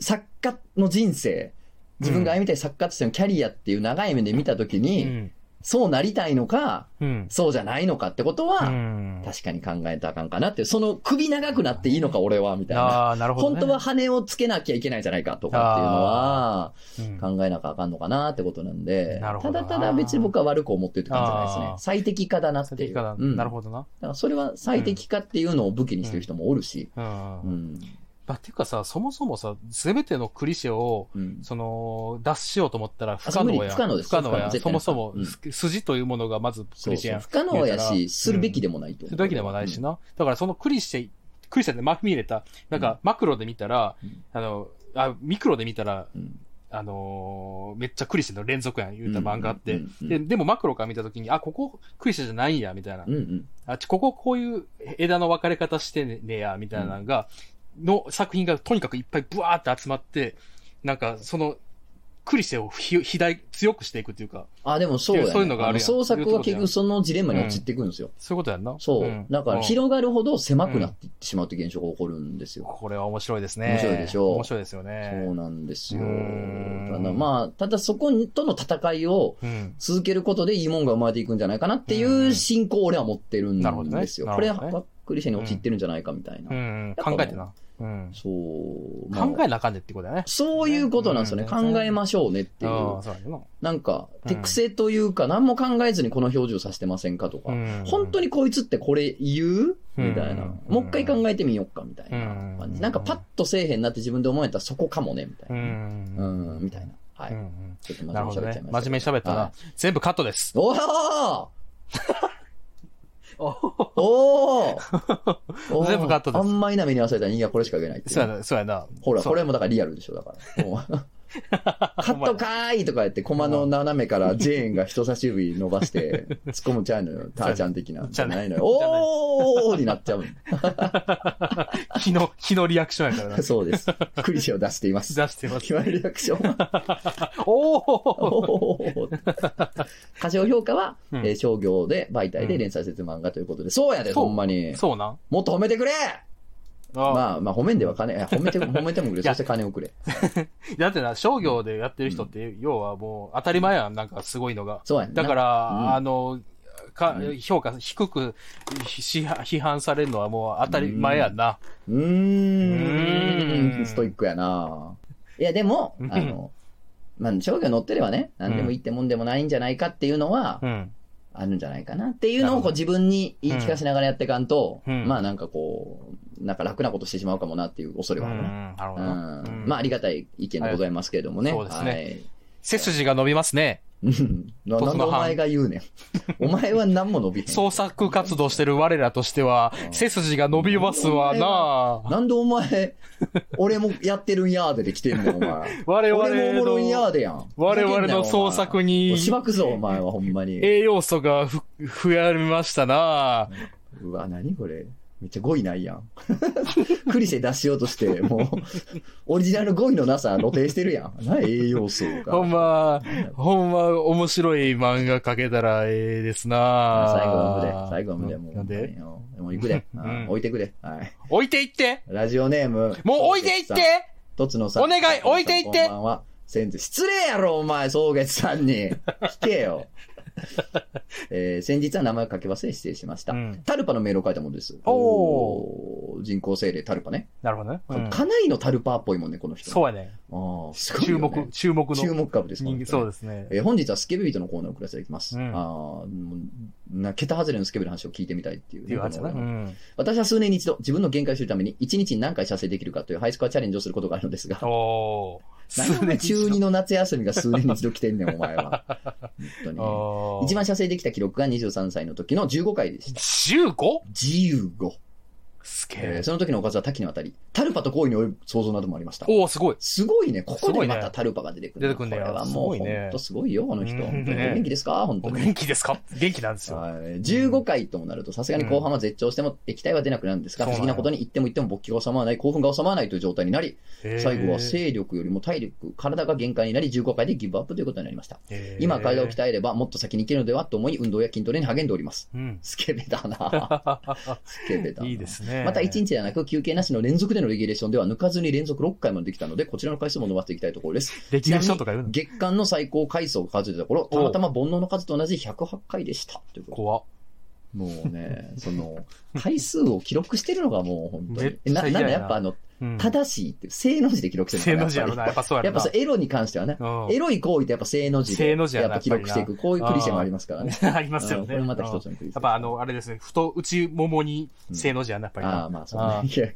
作家の人生、自分が歩みたい作家としてのキャリアっていう長い目で見たとき
うん、
に、
うん、
そうなりたいのか、
うん。
そうじゃないのかってこと
う
は、
ん
確かに考えたらあかんかなっていう、その首長くなっていいのか、俺は、みたいな。
ああ、なるほど、
本
ね。
当は羽をつけなきゃいけないんじゃないかとかっていうのは、
うん、
考えなきゃあかんのかなってことなんで、
なる
た
ほど
だ
な
ただ別に僕は悪く思ってるって感じじゃないですね
あ。ー
最適化だなって
最
い
適
う。
化だ、
うん
なるほどな。
だからそれは最適化っていうのを武器にしてる人もおるし。
うん。
うん。
まあ、ていうかさ、そもそもさ、すべてのクリシェを、
うん。
その、脱しようと思ったら不可能
あそ
や。
う無理不可能です
不可能や。
不可能
そもそも、
うん
す筋というものがまずク
そう
リシ
そ
ェ
う
やん。
不可能や
言うたら
し、するべきでもないと思う。
するわけでもないしな。だからそのクリシェ、クリシェでま見れた、なんかマクロで見たら、
うん
あの、あ、ミクロで見たら、
うん。
あのーめっちゃクリシェの連続やん、言うた漫画って。
うんうんうん
で、でもマクロから見たときに、あ、ここクリシェじゃないんや、みたいな。
うんうん。
あ、ちこここういう枝の分かれ方してねや、みたいなのが、の作品がとにかくいっぱいブワーって集まって、なんかその、クリシェをひ、肥大、強くしていくっていうか、
あ、でもそうや、ね。
そういうのがあるやん
の創作は結局そのジレンマに陥っていくんですよ。
そういうことやんな。
そう、
ん
だから
うん
広がるほど狭くなっていってしまうって現象が起こるんですよ。
これは面白いですね。
面白いでしょう
面白いですよ
そ
ね
う。なんですよ。
うん
ただまあ、ただそことの戦いを
うん。
続けることでいいもんが生まれていくんじゃないかなっていううん信仰を俺は持ってるんですよ。
な
こ
る
れ
ほどねなるほどね
はクリシェに陥ってるんじゃないかみたいな。
うん。考えてな。うん。
そう。まあ
考えなあかんでってことだね。
そういうことなんですよね。
うん
考えましょうねってい
ああ
う。
そうやねんな。
なんか、
うん
手癖というか、何も考えずにこの表情させてませんかとか。
うん
本当にこいつってこれ言うみたいな
うん。
もう一回考えてみようか、みたいな感
う
じ。
ん
なんかパッとせえへんなって自分で思えたらそこかもね、みたいうな。
ん。
うん、みたいな。は
うんう
い。
ん
ちょっと真
なる
面
ほ
目
ど
に喋っちゃ
ね
い。ました。
真面目に喋った
はい
な。全部カットです。
おー
[laughs] お
お
[laughs]
お
全部カットです
あんまりな目に合わせたら人間はこれしか言えないっていう
そうやな、そうやな。
ほら、
そう
これもだからリアルでしょ、だ
[laughs]
から。もうカットかーいとか言って、コマの斜めからジェーンが人差し指伸ば
[laughs]
して、突っ込むちゃうのよ。ターちゃん的な。
じ
じ
ゃ
ゃ
な
ないいのよ。おーになっちゃう。
気の、気のリアクショ
[laughs]
ンやからな。出
そう
[laughs]
です。クリシェを出しています。
し
[laughs]
てます。
決まりリアクション。
おお
おー [laughs] 過小評価は、
うん
えー商業で、媒体で連載説漫画ということで。そうやで、
そう
ほんまに。
[laughs] そうなん
もっと褒めてくれ
あ、あ、
まあ、まあ、褒めんでは金、いや褒め
[laughs]
て、褒めてもくれ。
いや
そして金をくれ。
だってな、商業でやってる人って、要はもう当たり前やん、なんかすごいのが。
そうやんな
だから、
うん
あの、か、評価低くひし批判されるのはもう当たり前やんな。
うー
うー
ん、
ん
ストイックやないや、でも、あの、まあ、商業乗ってればね、何でもいいってもんでもないんじゃないかっていうのは、
うん。
あるんじゃないかなっていうのをこう
なるほど
自分に言い聞かせながらやっていかんと、
うん
まあなんかこう、なんか楽なことしてしまうかもなっていう恐れ
う
はあるな。
ん、なるほ
う
どな。
ん
うん
まあありがたい意見でございますけれどもね。
はいそうですね
はい
背筋が伸びますね。 [laughs]
うんなな
僕の
んでお前が言うねん。お前は何も伸びへん。
創作活動してる我らとしては、背筋が伸びますわな。
なんでお前、俺もやってるんやーでできてんのお前。
我々
俺もおもろいんや
の
ーでやん。
我々の創作に
おしばくぞ、お前は、ほんまに。
栄養素がふ増やりましたな。
うわ、何これ。めっちゃ語彙ないやん。 [laughs] クリシェ出しようとして、もう、オリジナル語彙のなさ露呈してるやん。な、栄養素が。
ほんま、ほんま面白い漫画描けたらええですな。
最後は無で、最後は無で、もう。
なんで
もう行くで、
ん
うん置いてくれ。はい。
置いていって
ラジオネーム。
もう置いていって
とつのさん。
お願い置いていっ
こ
て
んばんは。先日、失礼やろ、お前、宗月さ
[laughs]
んに。聞けよ。えー先日は名前を書け忘れ失礼しました。
うん
タルパのメールを書いたものです。
お
おー人工精霊タルパね、
なるほどね。うん
かなりのタルパーっぽいもんね、この人。
そうやね。
あーすごい
注
よね、
目、注目の。
注目株です
人間そうですね。
えー本日はスケベ人のコーナーを送らせていただきます。
うん
あーもうな桁外れのスケベの話を聞いてみたいっていうね、
っていうやつだ
この
ね。
私は数年に一度自分の限界を知るために1日に何回射精できるかというハイスコアチャレンジをすることがあるのですが
うん。、おー。
なんでお前中2の夏休みが数年に一度来てんねん、お前は。本当
あ
に。
ー
一番射精できた記録が23歳の時の15回でした。
15?
15。
すげ
え
え
ー。その時のおかずは多岐にわたり、タルパと行為に及ぶ想像などもありました。
おー、すごい。
すごいね。ここ
すご
で
いね
またタルパが出てくる。
出てくんね
こ
や
れはもう、
すごいね
本当すごいよ、この人。
うん
本当にお元気ですか本当
お
に。
元気ですか元気なんですよ。
はい15回ともなると、さすがに後半は絶頂しても液体は出なくなるんですが、
うん
不思議なことに言っても言っても勃起が収まらない、興奮が収まらないという状態になり、
へー
最後は精力よりも体力、体が限界になり、15回でギブアップということになりました。
へー
今体を鍛えればもっと先に行けるのではと思い、運動や筋トレに励んでおります。 [laughs]
うん。 [laughs]
スケベだなスケベだな。
いいですね。
また1日ではなく休憩なしの連続でのレギュレーションでは抜かずに連続6回までできたので、こちらの回数も伸ばしていきたいところです。
歴代書とか言うの
月間の最高回数を数えたところ、たまたま煩悩の数と同じ108回でした。ということで
怖っ
もうね、 [laughs] その、回数を記録してるのがもう本当
め
に
っ。
えな、
ちゃ嫌や
なだ
なん
やっぱあの、
うん。
正しいって、正の字で記録して
正
るの
の
か
字
な
やろな。やっぱそう
や
や
っ
ろ
ぱ
な
そう、。エロに関してはね、
うん
エロい行為ってやっぱ正の字で、
正の字や
やっ
な
ぱ記録していく。こういうクリシェもありますからね。
[laughs] ありますよ
うんこ
ね。
れまた一
うん
つのクリシ
や
ェ。
っぱあ、の、あれですね、太、内ももに正の字やな、やっぱり
ああ、
な。
まあそうね。いや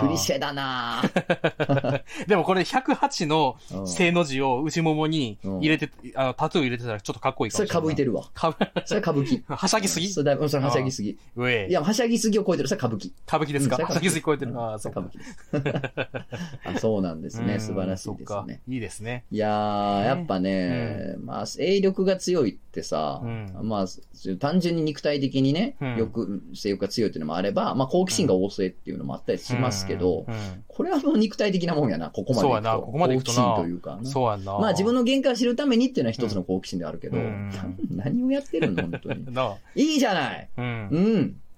クリシェだなぁ
ェ。でもこれ108の
うん
正の字を内ももに入れて、あの、タトゥー入れてたらちょっとかっこいいか
そ
も
れ
しれな
か
い。
ぶいてるわ。
かぶ、
それ歌舞伎。
はしゃぎすぎ
それだいぶそれはしゃぎすぎ。
うえ
いや、はしゃぎすぎを超えてる、それ歌舞伎。
歌舞伎ですか
うん
はしゃぎすぎ超えてる。ああ、
そ
そうう
歌
か
舞伎です。 [laughs] あそうなんです
う
ね。
ん
素晴らし
そ
いうです
か
ね。
いいですね。
いやー、やっぱね、まあ、勢力が強いってさ、
うん
まあ、単純に肉体的にね、
うん
欲、性欲が強いっていうのもあれば、まあ、好奇心が旺盛っていうのもあったりしますけど、
うんうん
これはもう肉体的なもんやな、ここまで
そうやな
行くと。
ここまで行くとな
好奇心というかな。
そうやんな。
まあ、自分の限界を知るためにっていうのは一つの好奇心ではあるけど、
うん
[laughs] 何をやってるの、本当に。
ない
いじゃない
あ。うん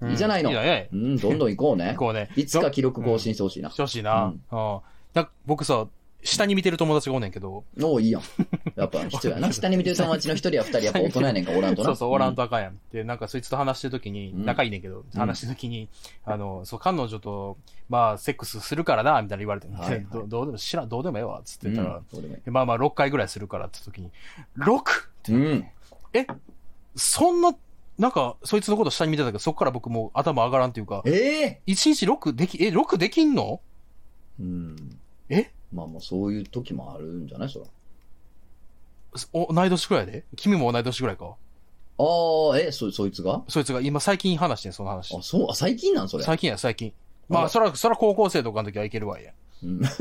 うん、
うん
いいじゃないの。
いいじゃない
うん、どんどん行こうね。
行こうね。
いつか記録更新してほしいな
し。てほしいうな。
ん
うんなんか僕さ、下に見てる友達がおんねんけど、
おういいやん。やっぱ必要
[laughs]
やな。下に見てる友達の一人や二人やっぱ大人やねんか、おらんとな。
そうそう、おらんとあかんやん。で、なんかそいつと話してるときに、
うん
仲いいねんけど、話してるときに、あの、そう、彼女と、まあ、セックスするからな、みたいな言われて、
はいはい
[laughs] どどうでも知らん、どうでもええわ、つって
う
言
ん。
っ
どう
た
で
ら、
もいい
まあまあ、6回ぐらいするからって時に、6!
うん。
えそんな、なんか、そいつのこと下に見てたけど、そっから僕もう頭上がらんっていうか、
ええ
1日6でき、え、6できんの
うん。
え
まあもうそういう時もあるんじゃないそら。
お同い年ぐらいで君も同い年ぐらいか。
ああ、え、そ、そいつが
そいつが今最近話してん、その話
あ、。そう、あ、最近なんそれ。
最近や、最近。
あ
ま
ら
あ、そら、そら高校生とかの時はいけるわいや。
うん。何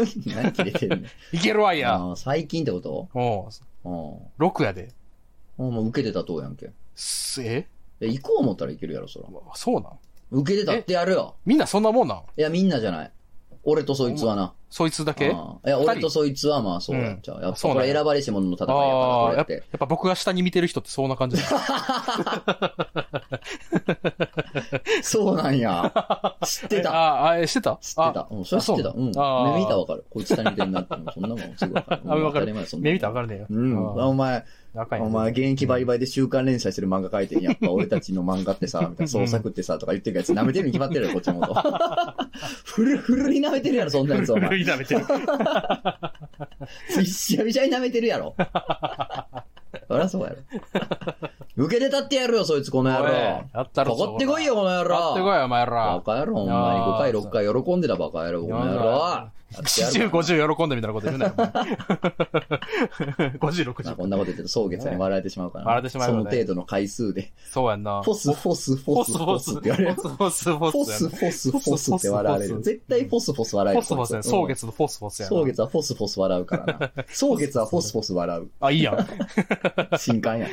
切れてんねん
[laughs] いけるわいや。
あー最近ってこと
お
あ
う
ー
6やで。
あー。もう受けてたとうやんけ。
すえ
え、行こう思ったらいけるやろ、そら。
そうなん
受けてたってやるよ。
みんなそんなもんなん
いや、みんなじゃない。俺とそいつはな。
そいつだけあ
ああいや、俺とそいつはまあそうやっちゃう。やっぱこれ選ばれし者の戦いやから、こ
あー、
れ
や
っ
っぱや
て。
っぱ僕が下に見てる人ってそんな感じだ。
[laughs] そうなん
[laughs]
や。知ってた。
ああ、えしてた
知ってた。うん、それは知ってた。
あ
う。
そうん
目見た
あー
らわかる。こいつ下に見てるなって。そんなもん、すぐわかる。
[laughs] あわかる
当たり前そんなもん
目見たらわかるね。
うん。あお前、
あ赤いね
お前、現役バリバリで週刊連載してる漫画書い
[laughs]
てんやっぱ俺たちの漫画ってさ、みたいな、創作ってさ、とか言ってるやつ、舐めてるに決まってるよ、こっちの
[laughs]
こと。ふるふるに舐めてるやろ、そんなやつ、お前。
[laughs] 古いなめてる。
びっしゃびしゃに舐めてるやろ。そりゃそうやろ。受けて立 [laughs] ってやるよ、そいつ、この野
おい
郎。
やったろ
かかってこいよ、この野郎。
やってこいよ、お前
バ
ら。
カ野郎、お前。
あー
5回、6回喜んでた、バカ野郎、この野郎。やって
[laughs]
やる
40、50喜んでみたいなこと言うなよ。お前 [laughs] 50、
まあ
60。
こんなこと言ってると、蒼月に笑えてしまうからな、
笑えてしまうよね
その程度の回数で。
そうやんな。
フォス、フォス、フォス、フォスって言われる。フ
フォス、フォス、フォ
ォ
ス
ス、
や
フォス、フォスって笑われ
フォ
る。
ス
絶対フォス、フォス笑え
な。フォ
る。
ス、フォスやん。
こ
蒼
いつ
月のフォス、フォス
うん
や
蒼
な。
月はフォス、フォス笑うからな。
[laughs]
蒼月はフォス、フォス笑う。
あ、いいやん。
[laughs] 新刊
[laughs]
や。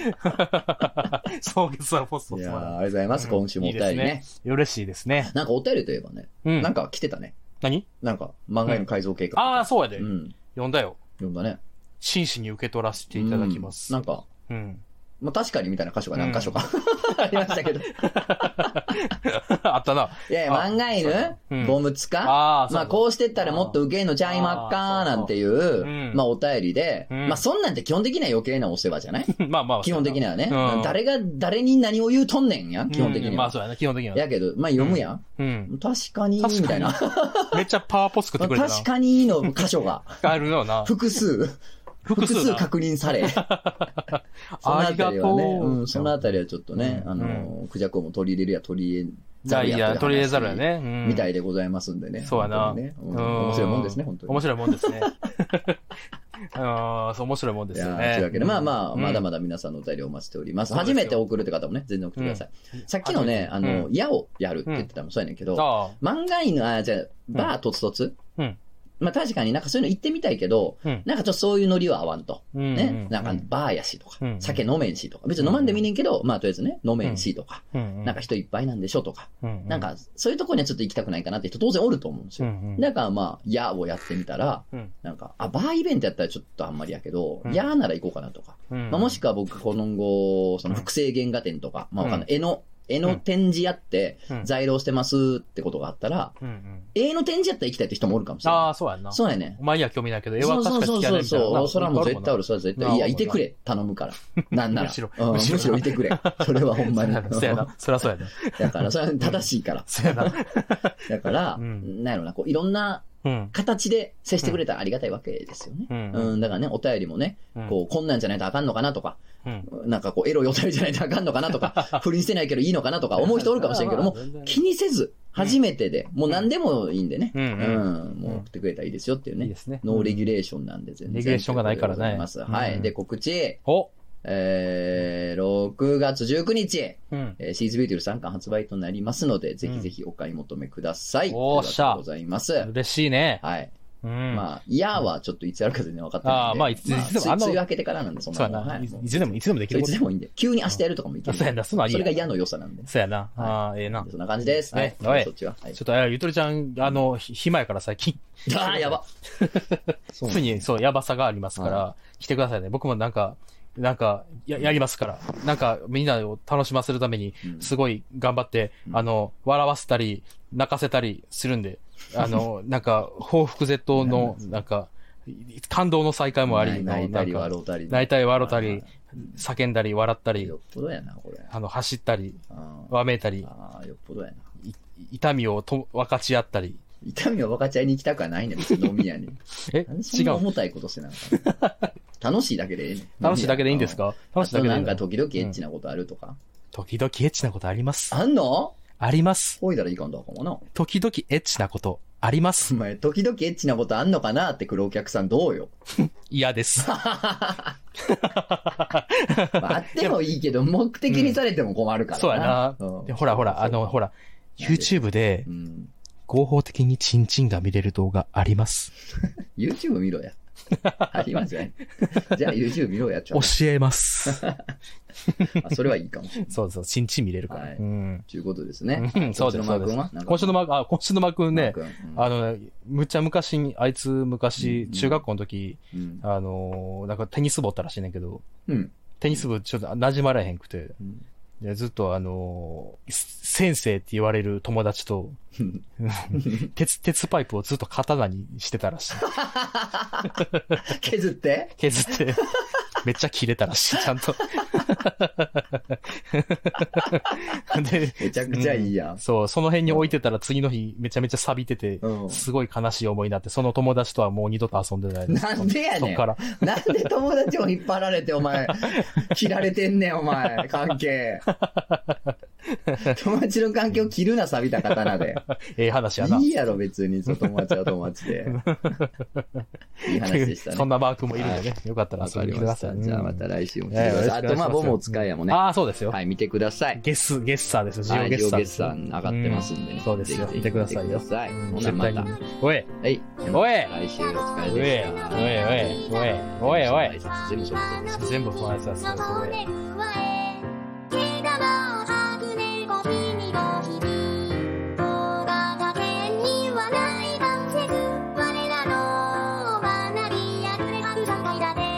蒼月はフォス、フォ
い
ス
や
や
ー
な。
ありがとうございます。今週もお
いい
便
です
りね
ね。。嬉しいですね。
なんかお便りといえばね、
うん
なんか来てたね。
何
なんか、漫画への改造計画。
ああ、そうやで
う。ん。
呼んだよ。
読んだね。
真摯に受け取らせていただきます。
うん
う
なんか、
ん。 [laughs]
まあ、確かにみたいな箇所が何箇所か、 [laughs] ありましたけど。い
あったな。
やいや、
あ
漫画犬、
うん
ボムツか
ああ、
まあ、こうしてったらもっと受けんのちゃいまっかーなんていう、
うん
まあ、お便りで、
うん
まあ、そんなんて基本的には余計なお世話じゃない
う。まあまあ。
基本的にはね、
うん
誰が、誰に何を言うとんねんや、基本的
う
に
んまあ
は。
そうやな、基本的には。
やけど、まあ、読むやん。
うん。
確かに、み
確か
たい
に
な。
めっちゃパワーポ作ってくれたな。
確かにの箇所
[laughs]
が、
あるよな。
複数。
複
複
数
数
な
確認され。その
[laughs] あ
あ
り
た
が
りは
と
ね、
う。
うん、そのあたりはちょっとね、あの、クジャクも取り入れるや取り入れ
じゃ
ざ
あ
る
い
や
いや、取り入れざるや。ね。うん
みたいでございますんでね。
そうやな。
本当にねうん
うん
面白いもんですね、本当に。
面白いもんですね。 [laughs] あーそう、面白いもんですよ
いやー
ね。
というわけで、まあまあ、
うん
まだまだ皆さんのお便りお待ちしております。
そうです
初
よ
めて送るって方もね、全然送ってください。さっきのね、あ
めて
の、矢をやるって言ってたのもそうやねんけど、
あ
漫画犬、あ、じゃあバーとつとつ
うん
まあ確かになんかそういうの行ってみたいけど、
うん
なんかちょっとそういうノリは合わんと。
あ。ね
ね、なんかバーやしとか
う、ん
酒飲めんしとか、別に飲まんでもいいねんけど、まあとりあえずね、飲めんしとか、
な
なんか、人いっぱいなんでしょとか、
う
なん、かそういうとこにはちょっと行きたくないかなって人当然おると思うんです
う
よ。
んうん
だからまあ、やをやってみたら
うん、
なんか、あ、バーイベントやったらちょっとあんまりやけど
う、ん
やなら行こうかなとか、
うん
まあもしくは僕、この後、その複製原画展とか、まあわかんない、絵の、絵の展示やって
うん、
在廊してますってことがあったら、
うんうん
絵の展示やったら行きたいって人もおるかもしれ
あ
な
あ、そうやん
い。
な。
そうやね。
お前には興味ないけど、絵
そ
は
うそ
確
う
か
そ
に
う
嫌い
そう
みたいな。
そう。それはもう絶対ある。それは絶
な
対。
あ
いや、いてく
な
れ。頼むから。なんなら。
むしろ
うん
む
む
しろ
しろいてくれ。それはほんまに。
[laughs] そうやな。そりゃそうやな。
だから、それは正しいから。
そうやな。
だから、
うん
なんやろな、こう、いろんな
うん。
形で接してくれたらありがたいわけですよね。
うん
うん、だからね、お便りもね、こう、こんなんじゃないとあかんのかなとか、
うん。
なんかこう、エロいお便りじゃないとあかんのかなと
[laughs]
か、不倫してないけどいいのかなとか思う人おるかもしれんけども、気にせず、初めてで、もう何でもいいんでね、
うん
うんもう送ってくれたらいいですよっていう
いい
ね
で。すね。
ノーレギュレーションなんで全然。
レギュレーションがないか
とう
らね
ことでございますは
う
い。
ん
で、告知、
お
えー、6月19日、
うん。
えーシーズビューティフル3巻発売となりますので、ぜひぜひお買い求めください。
おー
という
しゃ
ことでございます。
嬉しいね。
はい。
うん。
まあ、いやはちょっといつやるか全然分かってないんで。
あーまあいついつでも
まあ
あ
つ
の
梅雨明けてからなんで、そん
そう
な
や
もんは
な。
い
い
もう
いつでも、いつでもでき
そう
る
い
こ
つ
と
で。もいいんで。急に明日やるとかもいけ
あ
る。
そうやな、そのあり
それが
や。
矢の良さなんで。
そうやな。ああ、ええな。
そんな感じです。はい。
ねはい
そっちは。はい
ちょっと、あゆとりちゃん、あの、ひ暇やから最近、
ああ、や
[laughs]
ば。そう
常にそう、やばさがありますから、来てくださいね。僕もなんか、なんか、や、やりますから。なんか、みんなを楽しませるために
う、ん
すごい頑張って、
うん
あの、笑わせたり、泣かせたりするんで、
[laughs]
あの、なんか、報復絶倒の、なんか、感動の再会もあり、
泣い
な
た
ん
り
か
笑うたり。
泣いたり笑うた
はい
り
は、
叫んだり、笑った
い
り
よ、っぽどやな、これ。
あの、走ったり、
あー
わめいたり、
あー、よっぽどやな。
い痛みをと分かち合ったり。
痛みを分かち合いに行きたくはないねん、別に飲み屋
[laughs]
に。
え
なんでそ
違
んな
う。
重たいことしてなんか [laughs] ね楽しいだけでええねん
楽しいだけでいいんです
うん
か
あ
楽しいだ
と
けで
ない
い
ん
の
か時々エッチなことあるとか。
時々エッチなことあります。
あんの
あります。
ほいだらいかんだかもな。
時々エッチなことありま
お
す。
前、時々エッチなことあんのかなって来るお客さんどうよ。
嫌です。
まあ、あってもいいけど、目的にされても困るから
そうやな。
うん
[laughs] でほらほら、あの、ほら、YouTube で
うん。
合法的にチンチンが見れる動画あります。
YouTube
[laughs]
見ろや。ありますね。じゃあ YouTube 見ろやっちゃう
[laughs] 教えます。
あそれはいいかもしれない。
そうそう、新地見れるから。
はい
うん。
ということですね。
うんそう
今週
です、そ
のマー
うです
君はなん。か
今週のマーク、あ、今週のマー君ね、
マー君うん
あのね、むっちゃ昔に、あいつ昔、
うん
中学校の時、
うん
あのー、なんかテニス部おったらしいねんけど、
うん。
テニス部ちょっと馴染まれへんくて、
うん
でずっとあのー、先生って言われる友
[laughs]
達と、鉄、鉄パイプをずっと刀にしてたらしい。
削って
削って、めっちゃ切れたらしい、ちゃんと。 [laughs] で、
めちゃくちゃいいやん。
そう、その辺に置いてたら次の日めちゃめちゃ錆びてて、
うん
すごい悲しい思いになって、その友達とはもう二度と遊んでないす
なんでやねん
そっから。
なんで友達を引っ張られて、お
[laughs]
前、切られてんねん、お前、関係。友達の関係を切るな、錆びた刀で。
ええ話やな。
いいやろ、別に、そう友達は友達
[laughs]
で。いい話でしたね。
そんなマークもいるんでね。よかったら
わ
遊
か
び
り
に来てく
ま
だ
し
さい。
た。
うん
じゃあまた来週も来てくだ
ええよろしく
さい。あ
お願い
と、
します
まあ、ボムを使いやもね。
ああ、そうですよ。
はい、見てください。
ゲス、ゲッサーですよ。ジ
は
オ
い
ゲ
ジ
ッ
オ
サー
ゲッ
です
サ
よ。
ー上がってますんでね。
そうですよ。
ぜ
見
ひぜ
て
ひ
くださいよ。
見てください。
うん
ほな、
絶
ま
対
た。
に
は。
おい、
い。
おい
来週お疲
おい、おい、おい、お
れでした。
い、おい、おい。
全部それぞれです。
全部不安させておい。
我らの学びあふれる社会だね